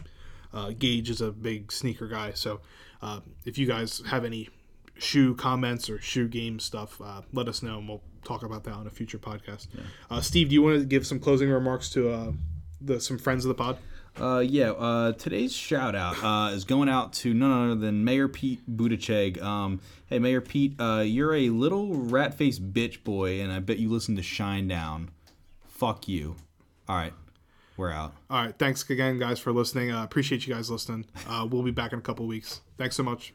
Speaker 1: uh, Gage is a big sneaker guy, so uh, if you guys have any shoe comments or shoe game stuff, uh, let us know, and we'll talk about that on a future podcast. Uh, Steve, do you want to give some closing remarks to uh, the some friends of the pod?
Speaker 2: Uh, yeah, uh, today's shout out uh, is going out to none other than Mayor Pete Buttigieg. Um, hey, Mayor Pete, uh, you're a little rat faced bitch boy, and I bet you listen to Shine Down. Fuck you. All right, we're out.
Speaker 1: All right, thanks again, guys, for listening. Uh, appreciate you guys listening. Uh, we'll be back in a couple weeks. Thanks so much.